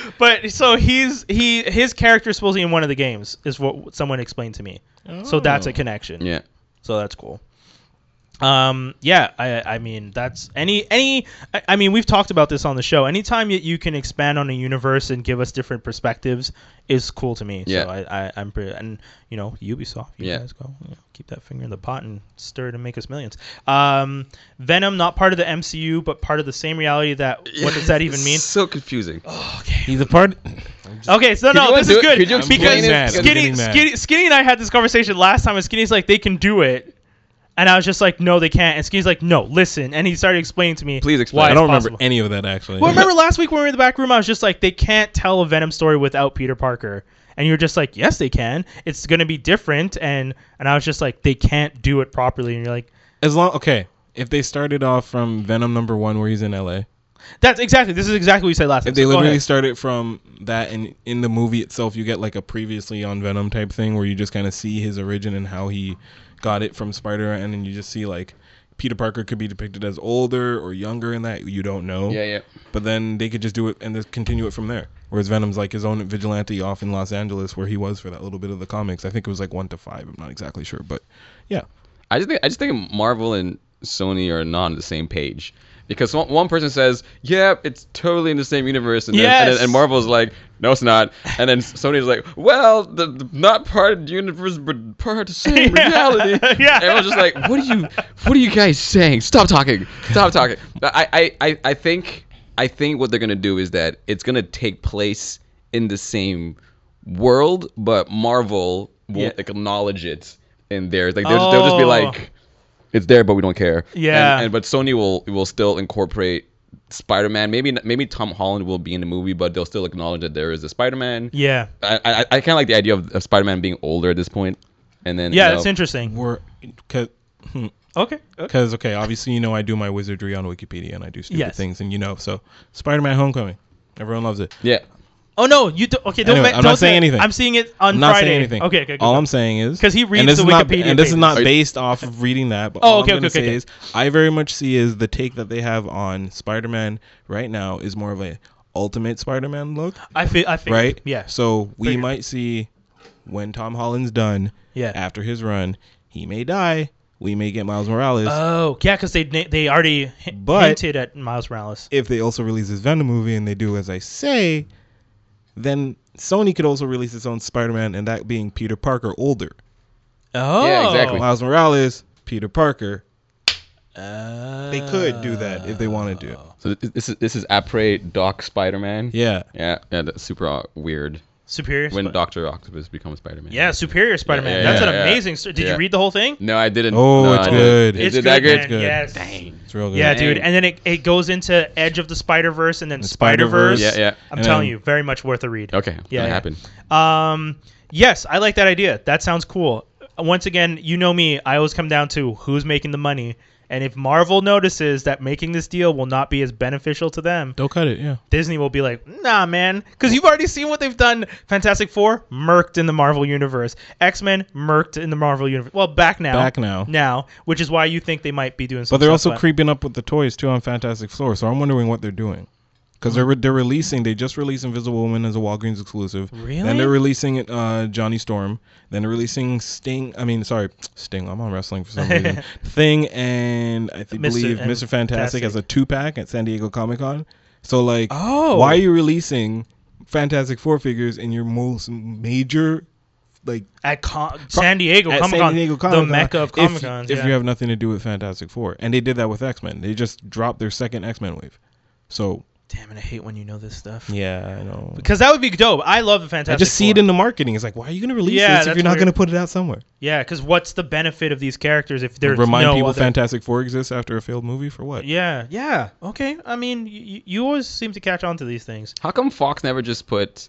[SPEAKER 5] one.
[SPEAKER 4] But so he's he his character is supposedly in one of the games is what someone explained to me. So that's a connection.
[SPEAKER 5] yeah.
[SPEAKER 4] So that's cool. Um, yeah, I, I mean that's any any I, I mean we've talked about this on the show. Anytime that you can expand on a universe and give us different perspectives is cool to me.
[SPEAKER 5] Yeah.
[SPEAKER 4] So I, I I'm pretty and you know Ubisoft, you
[SPEAKER 5] Yeah.
[SPEAKER 4] guys go you know, keep that finger in the pot and stir it and make us millions. Um, Venom not part of the MCU but part of the same reality that what does that even mean?
[SPEAKER 5] It's so confusing.
[SPEAKER 6] He's a part.
[SPEAKER 4] Okay, so no,
[SPEAKER 5] you
[SPEAKER 4] this
[SPEAKER 5] do
[SPEAKER 4] is
[SPEAKER 5] it?
[SPEAKER 4] good
[SPEAKER 5] Could you explain
[SPEAKER 4] because
[SPEAKER 6] it? I'm getting
[SPEAKER 4] Skinny,
[SPEAKER 6] mad.
[SPEAKER 4] Skinny, Skinny, and I had this conversation last time, and Skinny's like, they can do it, and I was just like, no, they can't, and Skinny's like, no, listen, and he started explaining to me,
[SPEAKER 5] Please explain.
[SPEAKER 4] Why
[SPEAKER 6] I
[SPEAKER 4] it's
[SPEAKER 6] don't remember
[SPEAKER 4] possible.
[SPEAKER 6] any of that actually.
[SPEAKER 4] Well, remember last week when we were in the back room, I was just like, they can't tell a Venom story without Peter Parker, and you were just like, yes, they can. It's gonna be different, and and I was just like, they can't do it properly, and you're like,
[SPEAKER 6] As long okay, if they started off from Venom number one where he's in L.A.
[SPEAKER 4] that's exactly this is exactly what you said last time.
[SPEAKER 6] If they
[SPEAKER 4] so go
[SPEAKER 6] literally
[SPEAKER 4] ahead.
[SPEAKER 6] started from that and in the movie itself you get like a previously on Venom type thing where you just kind of see his origin and how he got it from Spider and then you just see like Peter Parker could be depicted as older or younger in that you don't know.
[SPEAKER 5] Yeah, yeah.
[SPEAKER 6] But then they could just do it and just continue it from there. Whereas Venom's like his own vigilante off in Los Angeles where he was for that little bit of the comics. I think it was like one to five. I'm not exactly sure, but yeah.
[SPEAKER 5] I just think I just think Marvel and Sony are not on the same page because one, one person says, "Yeah, it's totally in the same universe," and, then, and,
[SPEAKER 4] Yes.
[SPEAKER 5] then, and Marvel's like, "No, it's not," and then Sony's like, "Well, the, the not part of the universe, but part of the same reality."
[SPEAKER 4] Yeah.
[SPEAKER 5] and everyone's just like, "What are you? What are you guys saying? Stop talking! Stop talking!" But I, I, I, I think I think what they're gonna do is that it's gonna take place in the same world, but Marvel won't
[SPEAKER 4] Yeah.
[SPEAKER 5] like, acknowledge it in theirs. Like they'll, they'll just be
[SPEAKER 4] Oh.
[SPEAKER 5] like, it's there, but we don't care.
[SPEAKER 4] Yeah.
[SPEAKER 5] And, and but Sony will will still incorporate Spider-Man. Maybe maybe Tom Holland will be in the movie, but they'll still acknowledge that there is a Spider-Man.
[SPEAKER 4] yeah,
[SPEAKER 5] I I, I kind of like the idea of, of Spider-Man being older at this point, and then
[SPEAKER 4] yeah,
[SPEAKER 5] you know,
[SPEAKER 4] that's interesting.
[SPEAKER 6] We're cause,
[SPEAKER 4] Okay, okay.
[SPEAKER 6] cause okay, obviously you know I do my wizardry on Wikipedia and I do stupid
[SPEAKER 4] Yes.
[SPEAKER 6] things and you know so Spider Man Homecoming. Everyone loves it.
[SPEAKER 5] Yeah.
[SPEAKER 4] Oh no, you do, okay? Don't
[SPEAKER 6] Anyway,
[SPEAKER 4] ma-
[SPEAKER 6] I'm not
[SPEAKER 4] don't say-
[SPEAKER 6] saying anything.
[SPEAKER 4] I'm seeing it on
[SPEAKER 6] I'm not
[SPEAKER 4] Friday.
[SPEAKER 6] saying anything.
[SPEAKER 4] Okay, okay. good.
[SPEAKER 6] All I'm saying is
[SPEAKER 4] 'Cause he reads
[SPEAKER 6] and this
[SPEAKER 4] the
[SPEAKER 6] is not-
[SPEAKER 4] Wikipedia
[SPEAKER 6] and this
[SPEAKER 4] pages.
[SPEAKER 6] is not
[SPEAKER 5] Are you-
[SPEAKER 6] based off of reading that. But
[SPEAKER 4] Oh,
[SPEAKER 6] all
[SPEAKER 4] okay,
[SPEAKER 6] I'm
[SPEAKER 4] okay,
[SPEAKER 6] gonna
[SPEAKER 4] okay,
[SPEAKER 6] say
[SPEAKER 4] okay.
[SPEAKER 6] is I very much see is the take that they have on Spider-Man right now is more of a ultimate Spider-Man look,
[SPEAKER 4] I feel. I figured.
[SPEAKER 6] right?
[SPEAKER 4] Yeah.
[SPEAKER 6] So we
[SPEAKER 4] Figured.
[SPEAKER 6] might see when Tom Holland's done
[SPEAKER 4] Yeah.
[SPEAKER 6] after his run, he may die. We may get Miles Morales.
[SPEAKER 4] Oh yeah, because they na- they already hi-
[SPEAKER 6] But-
[SPEAKER 4] hinted at Miles Morales.
[SPEAKER 6] if they also release this Venom movie and they do as I say, then Sony could also release its own Spider-Man and that being Peter Parker older.
[SPEAKER 4] Oh
[SPEAKER 5] Yeah, exactly.
[SPEAKER 6] Miles Morales, Peter Parker. they could do that if they wanted to.
[SPEAKER 5] So th- this is this is après Doc Spider-Man.
[SPEAKER 6] Yeah.
[SPEAKER 5] Yeah. Yeah. That's super uh, weird.
[SPEAKER 4] Superior.
[SPEAKER 5] when
[SPEAKER 4] Spi-
[SPEAKER 5] Doctor Octopus becomes Spider-Man.
[SPEAKER 4] yeah, Superior Spider-Man.
[SPEAKER 5] yeah,
[SPEAKER 4] That's
[SPEAKER 5] yeah,
[SPEAKER 4] an
[SPEAKER 5] yeah.
[SPEAKER 4] amazing. St- did
[SPEAKER 5] Yeah.
[SPEAKER 4] you read the whole thing?
[SPEAKER 5] No, I didn't.
[SPEAKER 6] Oh,
[SPEAKER 5] no,
[SPEAKER 6] it's
[SPEAKER 5] I didn't.
[SPEAKER 6] good.
[SPEAKER 5] Is
[SPEAKER 4] It's
[SPEAKER 5] it that
[SPEAKER 4] good,
[SPEAKER 5] good?
[SPEAKER 4] man.
[SPEAKER 6] good.
[SPEAKER 4] Yes.
[SPEAKER 6] It's real good.
[SPEAKER 4] Yeah,
[SPEAKER 5] Dang.
[SPEAKER 4] dude. And then it, it goes into Edge of the Spider Verse and then
[SPEAKER 6] The
[SPEAKER 4] Spider Verse.
[SPEAKER 6] Spider-Verse.
[SPEAKER 5] Yeah, yeah.
[SPEAKER 4] I'm
[SPEAKER 6] And
[SPEAKER 4] telling
[SPEAKER 6] then-
[SPEAKER 4] you, very much worth a read.
[SPEAKER 5] Okay,
[SPEAKER 4] Yeah,
[SPEAKER 5] yeah,
[SPEAKER 4] yeah.
[SPEAKER 5] happened.
[SPEAKER 4] Um, yes, I like that idea. That sounds cool. Uh, Once again, you know me. I always come down to who's making the money. And if Marvel notices that making this deal will not be as beneficial to them,
[SPEAKER 6] Don't cut it. Yeah.
[SPEAKER 4] Disney will be like, nah, man. Because you've already seen what they've done. Fantastic Four, murked in the Marvel Universe. X Men, murked in the Marvel Universe. Well, back now.
[SPEAKER 6] Back now.
[SPEAKER 4] Now, which is why you think they might be doing
[SPEAKER 6] But
[SPEAKER 4] some
[SPEAKER 6] they're
[SPEAKER 4] stuff,
[SPEAKER 6] also creeping up with the toys too on Fantastic Floor, so I'm wondering what they're doing. Because they're, re- they're releasing, they just released Invisible Woman as a Walgreens exclusive.
[SPEAKER 4] Really?
[SPEAKER 6] Then they're releasing uh, Johnny Storm. Then they're releasing Sting. I mean, sorry, Sting. I'm on wrestling for some reason. Thing and I th-
[SPEAKER 4] Mr.
[SPEAKER 6] believe
[SPEAKER 4] and
[SPEAKER 6] Mr. Fantastic
[SPEAKER 4] Fantastic.
[SPEAKER 6] has a two pack at San Diego Comic Con. So like,
[SPEAKER 4] Oh.
[SPEAKER 6] why are you releasing Fantastic Four figures in your most major like
[SPEAKER 4] At Con- San Diego
[SPEAKER 6] at
[SPEAKER 4] Comic
[SPEAKER 6] San
[SPEAKER 4] Con,
[SPEAKER 6] Diego
[SPEAKER 4] the
[SPEAKER 6] Comic-Con,
[SPEAKER 4] mecca of
[SPEAKER 6] if-
[SPEAKER 4] Comic Cons.
[SPEAKER 6] If, you have nothing to do with Fantastic Four, and they did that with X Men, they just dropped their second X Men wave. So
[SPEAKER 4] Damn it, I hate when you know this stuff.
[SPEAKER 6] yeah, I know.
[SPEAKER 4] Because that would be dope. I love the Fantastic
[SPEAKER 6] I just see
[SPEAKER 4] Four.
[SPEAKER 6] it in the marketing. It's like, why are you going to release
[SPEAKER 4] Yeah,
[SPEAKER 6] this
[SPEAKER 4] that's
[SPEAKER 6] if you're not
[SPEAKER 4] weird.
[SPEAKER 6] going to put it out somewhere?
[SPEAKER 4] Yeah, because what's the benefit of these characters if there's
[SPEAKER 6] Remind
[SPEAKER 4] no
[SPEAKER 6] people
[SPEAKER 4] other-
[SPEAKER 6] Fantastic Four exists after a failed movie for what?
[SPEAKER 4] Yeah, yeah. Okay. I mean, you, you always seem to catch on to these things.
[SPEAKER 5] How come Fox never just put?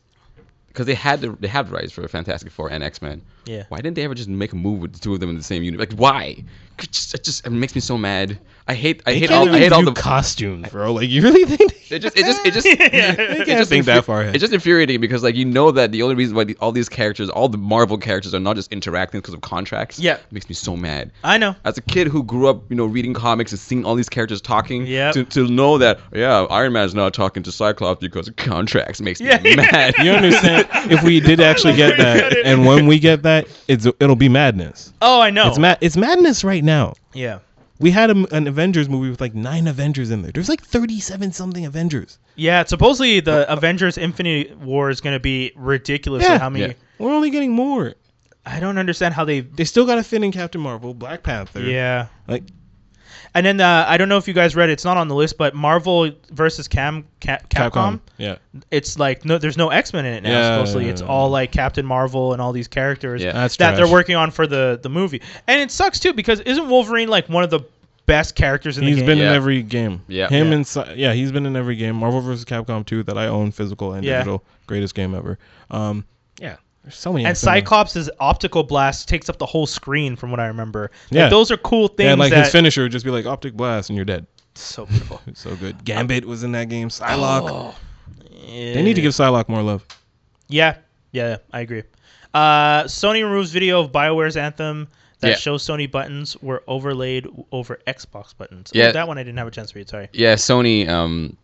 [SPEAKER 5] Because they had the, they had rights for Fantastic Four and X Men.
[SPEAKER 4] Yeah.
[SPEAKER 5] Why didn't they ever just make a move with the two of them in the same unit? Like why? It just, it just it makes me so mad. I hate I
[SPEAKER 6] They
[SPEAKER 5] hate
[SPEAKER 6] can't
[SPEAKER 5] all I
[SPEAKER 6] even
[SPEAKER 5] hate all
[SPEAKER 6] do
[SPEAKER 5] the
[SPEAKER 6] costumes, bro. Like, you really think?
[SPEAKER 5] It just, it just, it just, it
[SPEAKER 6] can't
[SPEAKER 5] just
[SPEAKER 6] think that far ahead.
[SPEAKER 5] It's just infuriating because, like, you know that the only reason why the, all these characters, all the Marvel characters, are not just interacting because of contracts.
[SPEAKER 4] Yeah.
[SPEAKER 5] it makes me so mad.
[SPEAKER 4] I know.
[SPEAKER 5] As a kid who grew up, you know, reading comics and seeing all these characters talking,
[SPEAKER 4] Yep.
[SPEAKER 5] to, to know that, yeah, Iron Man's not talking to Cyclops because of contracts makes me
[SPEAKER 4] Yeah.
[SPEAKER 5] mad.
[SPEAKER 6] You understand? if we did actually get that, and when we get that, it's it'll be madness.
[SPEAKER 4] Oh, I know.
[SPEAKER 6] It's mad. It's madness right now.
[SPEAKER 4] Yeah.
[SPEAKER 6] We had a, an Avengers movie with like nine Avengers in there. There's like 37 something Avengers.
[SPEAKER 4] Yeah. Supposedly the Avengers Infinity War is going to be ridiculous. at
[SPEAKER 6] uh, Yeah.
[SPEAKER 4] how many?
[SPEAKER 5] Yeah.
[SPEAKER 6] We're only getting more.
[SPEAKER 4] I don't understand how they.
[SPEAKER 6] They still got to fit in Captain Marvel, Black Panther.
[SPEAKER 4] Yeah.
[SPEAKER 6] Like,
[SPEAKER 4] And then uh, I don't know if you guys read it. It's not on the list, but Marvel versus Cam, Ca- Capcom.
[SPEAKER 6] Capcom. Yeah.
[SPEAKER 4] It's like no, there's no X Men in it now.
[SPEAKER 6] Yeah.
[SPEAKER 4] supposedly, it's all like Captain Marvel and all these characters.
[SPEAKER 5] Yeah.
[SPEAKER 6] That's
[SPEAKER 4] that
[SPEAKER 6] trash.
[SPEAKER 4] they're working on for the the movie. And it sucks too because isn't Wolverine like one of the best characters in
[SPEAKER 6] He's
[SPEAKER 4] the game?
[SPEAKER 6] been in
[SPEAKER 5] Yeah.
[SPEAKER 6] every game.
[SPEAKER 5] Yeah.
[SPEAKER 6] Him
[SPEAKER 5] Yeah.
[SPEAKER 6] and Cy- yeah, he's been in every game. Marvel vs. Capcom 2 that I own physical and
[SPEAKER 4] Yeah.
[SPEAKER 6] digital. Greatest game ever. Um, yeah. There's so many.
[SPEAKER 4] and
[SPEAKER 6] X-Men.
[SPEAKER 4] Cyclops' optical blast takes up the whole screen, from what I remember. Yeah,
[SPEAKER 6] Yeah.
[SPEAKER 4] those are cool things.
[SPEAKER 6] Yeah, like
[SPEAKER 4] that,
[SPEAKER 6] his finisher would just be like optic blast and you're dead.
[SPEAKER 4] So beautiful.
[SPEAKER 6] It's so good. Gambit was in that game. Psylocke.
[SPEAKER 5] Oh,
[SPEAKER 6] They need to
[SPEAKER 4] Yeah.
[SPEAKER 6] give Psylocke more love.
[SPEAKER 4] Yeah, yeah, I agree. Uh, Sony removes video of Bioware's anthem that
[SPEAKER 5] Yeah.
[SPEAKER 4] shows Sony buttons were overlaid w- over Xbox buttons. Oh,
[SPEAKER 5] Yeah.
[SPEAKER 4] that one I didn't have a chance to read. Sorry.
[SPEAKER 5] yeah, Sony um,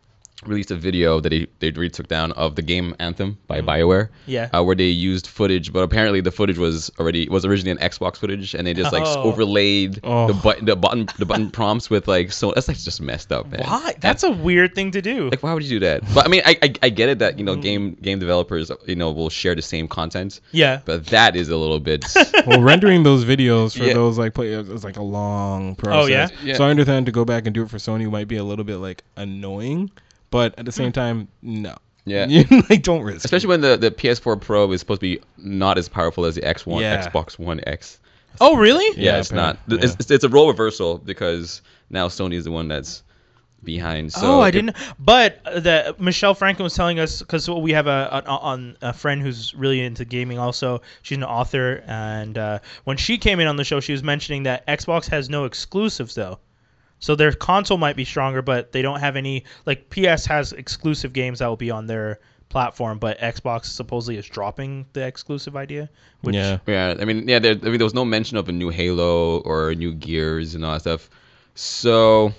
[SPEAKER 5] released a video that they, they retook down of the game Anthem by BioWare.
[SPEAKER 4] Mm. Yeah.
[SPEAKER 5] Uh, where they used footage, but apparently the footage was already was originally an Xbox footage, and they just like s-
[SPEAKER 4] Oh.
[SPEAKER 5] overlaid
[SPEAKER 6] Oh.
[SPEAKER 5] the button the button the button prompts with like so that's like just messed up, man.
[SPEAKER 4] Why? That's a weird thing to do.
[SPEAKER 5] Like why would you do that? But I mean, I, I, I get it that you know
[SPEAKER 4] Mm.
[SPEAKER 5] game game developers you know will share the same content,
[SPEAKER 4] yeah.
[SPEAKER 5] but that is a little bit.
[SPEAKER 6] well, rendering those videos for
[SPEAKER 5] Yeah. Oh,
[SPEAKER 6] those like players is like a long process.
[SPEAKER 4] yeah?
[SPEAKER 5] Yeah.
[SPEAKER 6] So I understand to go back and do it for Sony might be a little bit like annoying, but at the same time, no.
[SPEAKER 5] Hmm. Yeah.
[SPEAKER 6] You, like don't risk. it.
[SPEAKER 5] Especially when the, the PS4 Pro is supposed to be not as powerful as the X1
[SPEAKER 6] Yeah.
[SPEAKER 5] Xbox One X.
[SPEAKER 4] oh, really?
[SPEAKER 5] Yeah,
[SPEAKER 6] Yeah,
[SPEAKER 5] it's not.
[SPEAKER 6] apparently.
[SPEAKER 5] th- It's,
[SPEAKER 6] Yeah.
[SPEAKER 5] it's, it's a role reversal because now Sony is the one that's behind. So
[SPEAKER 4] oh, I
[SPEAKER 5] if-
[SPEAKER 4] didn't. But uh, the Michelle Franklin was telling us because we have a, an- on a friend who's really into gaming. Also, she's an author, and uh, when she came in on the show, she was mentioning that Xbox has no exclusives though, so their console might be stronger, but they don't have any. Like PS has exclusive games that will be on their platform, but Xbox supposedly is dropping the exclusive idea. Which,
[SPEAKER 6] yeah.
[SPEAKER 5] Yeah, I mean, yeah, there, I mean, there was no mention of a new Halo or new Gears and all that stuff. So,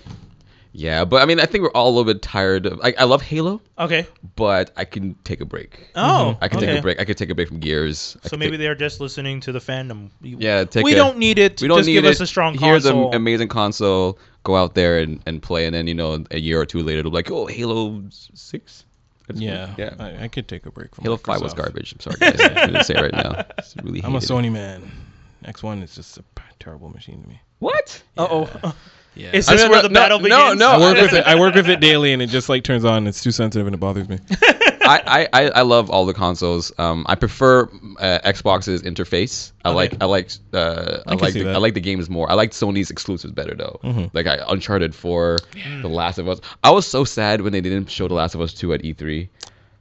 [SPEAKER 5] yeah, but I mean, I think we're all a little bit tired of. I, I love Halo,
[SPEAKER 4] Okay.
[SPEAKER 5] but I can take a break.
[SPEAKER 4] Oh.
[SPEAKER 5] Mm-hmm. I can take
[SPEAKER 4] okay.
[SPEAKER 5] a break. I could take a break from Gears. I
[SPEAKER 4] So
[SPEAKER 5] could
[SPEAKER 4] maybe
[SPEAKER 5] take-
[SPEAKER 4] they're just listening to the fandom.
[SPEAKER 5] Yeah, take
[SPEAKER 4] we
[SPEAKER 5] a-
[SPEAKER 4] don't need it.
[SPEAKER 5] we don't
[SPEAKER 4] just
[SPEAKER 5] need
[SPEAKER 4] give
[SPEAKER 5] it.
[SPEAKER 4] us a strong
[SPEAKER 5] Here's an
[SPEAKER 4] console.
[SPEAKER 5] amazing console. Go out there and, and play, and then you know, a year or two later, it'll be like, oh, Halo six. That's
[SPEAKER 6] Yeah.
[SPEAKER 5] cool. yeah.
[SPEAKER 6] I, I could take a break from
[SPEAKER 5] Halo five was
[SPEAKER 6] Microsoft.
[SPEAKER 5] garbage. I'm sorry, guys. I'm gonna say it right now. It's really
[SPEAKER 6] I'm a
[SPEAKER 5] hated.
[SPEAKER 6] Sony man. X1 is just a p- terrible machine to me.
[SPEAKER 5] What?
[SPEAKER 4] Uh oh.
[SPEAKER 6] Yeah.
[SPEAKER 4] Is
[SPEAKER 5] I
[SPEAKER 4] this
[SPEAKER 5] swear-
[SPEAKER 4] where the
[SPEAKER 5] no,
[SPEAKER 4] battle
[SPEAKER 5] no,
[SPEAKER 4] begins?
[SPEAKER 5] no.
[SPEAKER 6] I work with it. I work with it daily, and it just like turns on. It's too sensitive, and it bothers me.
[SPEAKER 5] I, I, I- I love all the consoles. Um, I prefer uh, Xbox's interface. I like I like uh, I,
[SPEAKER 6] can
[SPEAKER 5] like
[SPEAKER 6] see
[SPEAKER 5] the,
[SPEAKER 6] that. Mm-hmm.
[SPEAKER 5] I like the games more. I like Sony's exclusives better though. Like I, Uncharted Four, The Last of Us. I was so sad when they didn't show The Last of Us Two at E E3.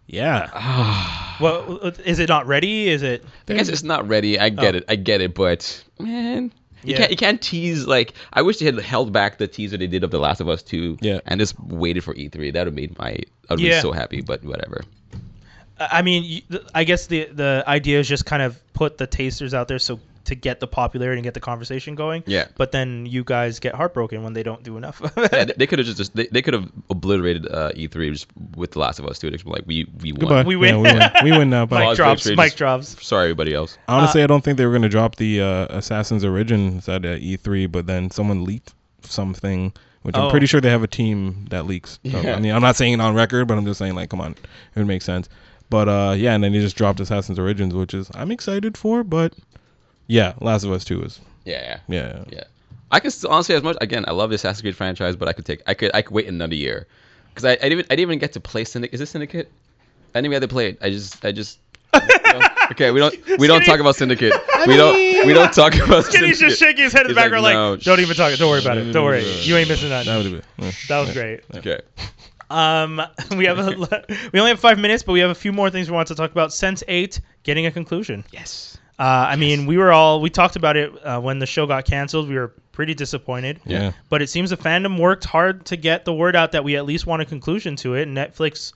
[SPEAKER 6] Yeah.
[SPEAKER 4] well, is it not ready? Is it?
[SPEAKER 5] I guess it's not ready.
[SPEAKER 6] Oh.
[SPEAKER 5] I get it. I get it. But man, you
[SPEAKER 4] Yeah.
[SPEAKER 5] can't you can't tease like I wish they had held back the teaser they did of The Last of Us Two.
[SPEAKER 6] Yeah.
[SPEAKER 5] And just waited for E3. That would have made my I would
[SPEAKER 4] Yeah.
[SPEAKER 5] be so happy. But whatever.
[SPEAKER 4] I I mean, you- th- I guess the the idea is just kind of put the tasters out there so to get the popularity and get the conversation going.
[SPEAKER 5] Yeah.
[SPEAKER 4] But then you guys get heartbroken when they don't do enough.
[SPEAKER 5] Yeah, they- they could have just they, they could have obliterated uh, E3 just with The Last of Us 2. They'd just be Like we we won.
[SPEAKER 6] Goodbye.
[SPEAKER 4] We win.
[SPEAKER 6] Yeah, we win. We win now. Bye.
[SPEAKER 4] mic
[SPEAKER 5] Pause,
[SPEAKER 4] drops.
[SPEAKER 5] wait,
[SPEAKER 4] Mic
[SPEAKER 5] just-
[SPEAKER 4] drops.
[SPEAKER 5] Sorry, everybody else.
[SPEAKER 6] Honestly, I don't think they were going to drop the uh, Assassin's Origins at uh, E3, but then someone leaked something, which
[SPEAKER 4] Oh.
[SPEAKER 6] I'm pretty sure they have a team that leaks. So,
[SPEAKER 5] Yeah.
[SPEAKER 6] I mean, I'm not saying it on record, but I'm just saying, like, come on, it would make sense. But uh, yeah, and then they just dropped Assassin's Origins, which is I'm excited for, but yeah, Last of Us 2 is
[SPEAKER 5] Yeah.
[SPEAKER 6] yeah.
[SPEAKER 5] Yeah. I could still honestly as much again. I love the Assassin's Creed franchise, but I could take I could I could wait another year because I, I didn't even, I didn't even get to play Syndicate. Is this Syndicate? I didn't even get to play it. I just I just. okay, we don't we don't talk about Syndicate. We don't we don't talk about.
[SPEAKER 4] Skinny's just shaking his head in the
[SPEAKER 5] He's like,
[SPEAKER 4] background like,
[SPEAKER 5] "No,
[SPEAKER 4] don't even talk. Don't worry about it. Don't worry. You ain't missing that.
[SPEAKER 6] That would uh, have been.
[SPEAKER 4] That was great.
[SPEAKER 5] Okay.
[SPEAKER 4] Um, we have a, we only have five minutes, but we have a few more things we want to talk about. Sense Eight getting a conclusion.
[SPEAKER 5] Yes.
[SPEAKER 4] Uh, I mean, we were all we talked about it uh, when the show got canceled. We were pretty disappointed.
[SPEAKER 6] Yeah.
[SPEAKER 4] But it seems the fandom worked hard to get the word out that we at least want a conclusion to it. And Netflix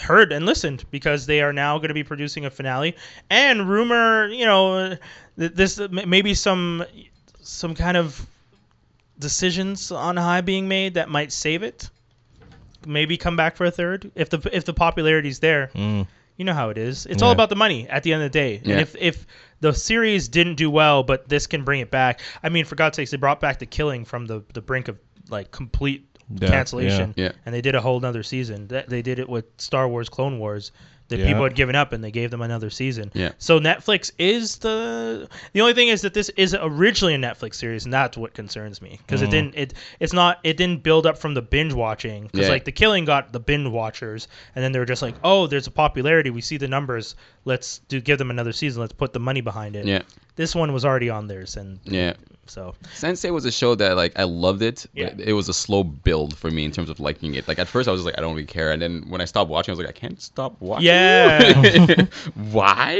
[SPEAKER 4] heard and listened because they are now going to be producing a finale. And rumor, you know, th- this maybe some some kind of decisions on high being made that might save it. Maybe come back for a third if the if the popularity's there. You know how it is. It's all
[SPEAKER 6] Yeah.
[SPEAKER 4] about the money at the end of the day.
[SPEAKER 5] Yeah.
[SPEAKER 4] And if if the series didn't do well, but this can bring it back. I mean, for God's sakes, they brought back the killing from the the brink of like complete
[SPEAKER 6] Yeah,
[SPEAKER 4] cancellation,
[SPEAKER 5] yeah. Yeah.
[SPEAKER 4] and they did a whole another season. That they did it with Star Wars Clone Wars. That
[SPEAKER 6] Yeah.
[SPEAKER 4] people had given up, and they gave them another season.
[SPEAKER 5] Yeah.
[SPEAKER 4] So Netflix is the the only thing is that this is originally a Netflix series, and that's what concerns me because
[SPEAKER 5] Mm-hmm.
[SPEAKER 4] it didn't it it's not it didn't build up from the binge watching because
[SPEAKER 5] Yeah.
[SPEAKER 4] like the Killing got the binge watchers, and then they were just like, oh, there's a popularity, we see the numbers, let's do give them another season, let's put the money behind it.
[SPEAKER 5] Yeah.
[SPEAKER 4] This one was already on theirs, and
[SPEAKER 5] Yeah.
[SPEAKER 4] so
[SPEAKER 5] Sensei was a show that like I loved it, but
[SPEAKER 4] Yeah.
[SPEAKER 5] it was a slow build for me in terms of liking it. Like at first I was just like I don't really care, and then when I stopped watching, I was like I can't stop watching.
[SPEAKER 4] Yeah.
[SPEAKER 5] Why?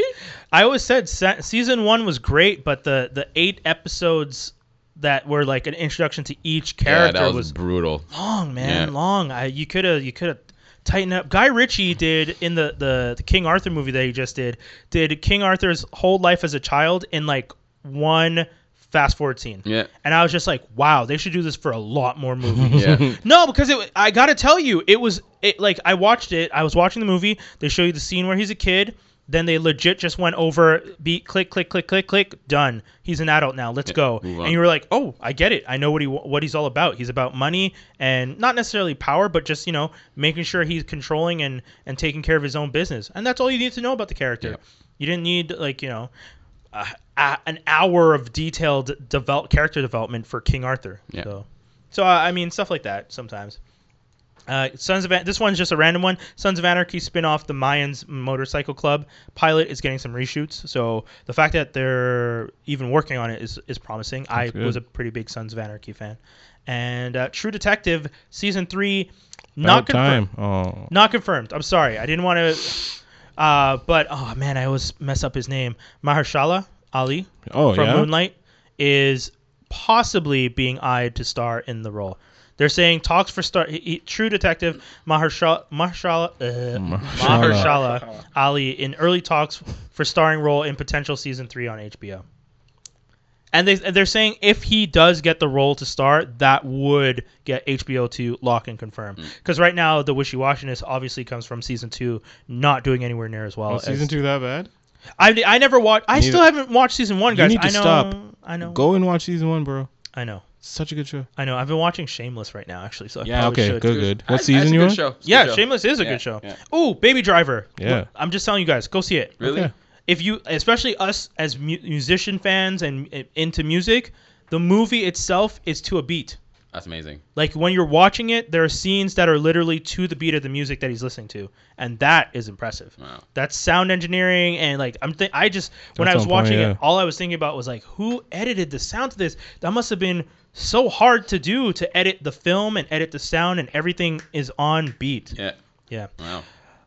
[SPEAKER 4] I always said se- season one was great, but the the eight episodes that were like an introduction to each character
[SPEAKER 5] yeah, that
[SPEAKER 4] was
[SPEAKER 5] was brutal.
[SPEAKER 4] long, man,
[SPEAKER 5] Yeah.
[SPEAKER 4] long. I, you could have you could have tightened up. Guy Ritchie did in the, the the King Arthur movie that he just did did King Arthur's whole life as a child in like one fast forward scene.
[SPEAKER 5] Yeah.
[SPEAKER 4] And I was just like, wow, they should do this for a lot more movies.
[SPEAKER 5] Yeah.
[SPEAKER 4] No, because it, I gotta tell you, it was it like I watched it. I was watching the movie. They show you the scene where he's a kid. Then they legit just went over beat click click click click click done. He's an adult now. Let's go.
[SPEAKER 5] move
[SPEAKER 4] And
[SPEAKER 5] on.
[SPEAKER 4] you were like, oh, I get it. I know what he wa- what he's all about. He's about money and not necessarily power, but just you know making sure he's controlling and and taking care of his own business. And that's all you need to know about the character. You didn't need like you know. Uh, a, an hour of detailed develop character development for King Arthur.
[SPEAKER 5] Yeah.
[SPEAKER 4] So, so uh, I mean, stuff like that sometimes. Uh, Sons of An- this one's just a random one. Sons of Anarchy spin-off the Mayans Motorcycle Club pilot is getting some reshoots, so the fact that they're even working on it is is promising. I
[SPEAKER 6] good.
[SPEAKER 4] was a pretty big Sons of Anarchy fan, and uh, True Detective season three
[SPEAKER 6] About
[SPEAKER 4] not confirmed.
[SPEAKER 6] time. Oh.
[SPEAKER 4] Not confirmed. I'm sorry, I didn't want to. Uh, but oh man, I always mess up his name. Mahershala Ali
[SPEAKER 6] Oh,
[SPEAKER 4] from
[SPEAKER 6] yeah.
[SPEAKER 4] Moonlight is possibly being eyed to star in the role. They're saying talks for star. He, he- True Detective Mahershala Mahershala, uh,
[SPEAKER 6] Mahershala.
[SPEAKER 4] Mahershala Ali in early talks for starring role in potential season three on HBO. And they they're saying if he does get the role to star, that would get HBO to lock and confirm.
[SPEAKER 6] Mm.
[SPEAKER 4] Because right now the wishy washiness obviously comes from season two not doing anywhere near as well.
[SPEAKER 6] Was
[SPEAKER 4] as-
[SPEAKER 6] season two that bad?
[SPEAKER 4] I, I never watched. I still haven't watched season one, guys.
[SPEAKER 6] need to
[SPEAKER 4] I know.
[SPEAKER 6] stop.
[SPEAKER 4] I know.
[SPEAKER 6] Go and watch season one, bro.
[SPEAKER 4] I know.
[SPEAKER 6] Such a good show.
[SPEAKER 4] I know. I've been watching Shameless right now, actually. So I
[SPEAKER 6] Yeah,
[SPEAKER 4] probably
[SPEAKER 6] okay,
[SPEAKER 4] should.
[SPEAKER 6] good, good. What season
[SPEAKER 5] you
[SPEAKER 6] you on?
[SPEAKER 5] Show. It's a
[SPEAKER 4] Yeah,
[SPEAKER 5] good show.
[SPEAKER 4] Shameless is a
[SPEAKER 5] Yeah,
[SPEAKER 4] good show.
[SPEAKER 5] yeah.
[SPEAKER 4] Ooh, Baby Driver.
[SPEAKER 6] Yeah.
[SPEAKER 4] Look, I'm just telling you guys, go see it.
[SPEAKER 5] Really?
[SPEAKER 6] Okay.
[SPEAKER 4] If you, especially us as mu- musician fans and uh, into music, the movie itself is to a beat.
[SPEAKER 5] That's amazing.
[SPEAKER 4] Like when you're watching it, there are scenes that are literally to the beat of the music that he's listening to, and that is impressive.
[SPEAKER 5] Wow.
[SPEAKER 4] That's sound engineering, and like I'm, th- I just when
[SPEAKER 6] That's
[SPEAKER 4] I was
[SPEAKER 6] on point,
[SPEAKER 4] watching
[SPEAKER 6] yeah.
[SPEAKER 4] it, all I was thinking about was like, who edited the sound to this? That must have been so hard to do to edit the film and edit the sound, and everything is on beat.
[SPEAKER 5] Yeah.
[SPEAKER 4] Yeah.
[SPEAKER 5] Wow.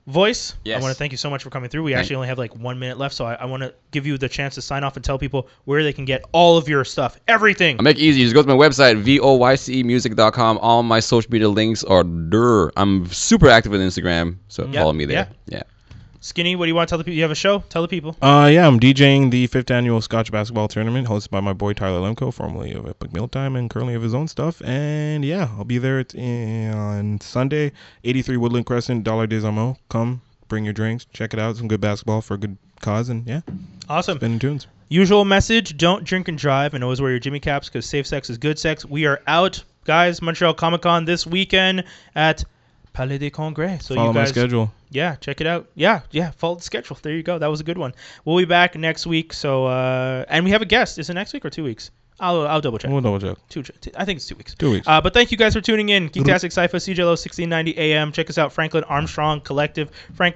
[SPEAKER 4] Voice, I
[SPEAKER 5] Yes.
[SPEAKER 4] want to thank you so much for coming through. We
[SPEAKER 5] Thank-
[SPEAKER 4] actually only have like one minute left, so I, I want to give you the chance to sign off and tell people where they can get all of your stuff, everything.
[SPEAKER 5] I make it easy. Just go to my website, E voycemusic.com. All my social media links are there. I'm super active on Instagram, so
[SPEAKER 4] Yeah,
[SPEAKER 5] follow me there. Yeah.
[SPEAKER 4] Skinny, what do you want to tell the people? You have a show? Tell the people.
[SPEAKER 6] Uh, yeah, I'm DJing the fifth annual Scotch basketball tournament hosted by my boy Tyler Lemko, formerly of Epic Mealtime and currently of his own stuff. And yeah, I'll be there t- on Sunday, 83 Woodland Crescent, Dollar Des Amours. Come, bring your drinks, check it out. Some good basketball for a good cause. And yeah,
[SPEAKER 4] Awesome.
[SPEAKER 6] been in tunes.
[SPEAKER 4] Usual message don't drink and drive, and always wear your Jimmy caps because safe sex is good sex. We are out, guys. Montreal Comic Con this weekend at Palais des Congrès. So
[SPEAKER 6] Follow
[SPEAKER 4] you
[SPEAKER 6] my
[SPEAKER 4] guys,
[SPEAKER 6] schedule.
[SPEAKER 4] yeah, check it out. Yeah, yeah, follow the schedule. There you go. That was a good one. We'll be back next week. So, uh, and we have a guest. Is it next week or two weeks? I'll, I'll double check.
[SPEAKER 6] We'll double check.
[SPEAKER 4] two, two- I think it's two weeks.
[SPEAKER 6] Two weeks.
[SPEAKER 4] Uh, but thank you guys for tuning in. Geektastic Cypher, CJLO 1690 AM. Check us out, Franklin Armstrong Collective, Franklin.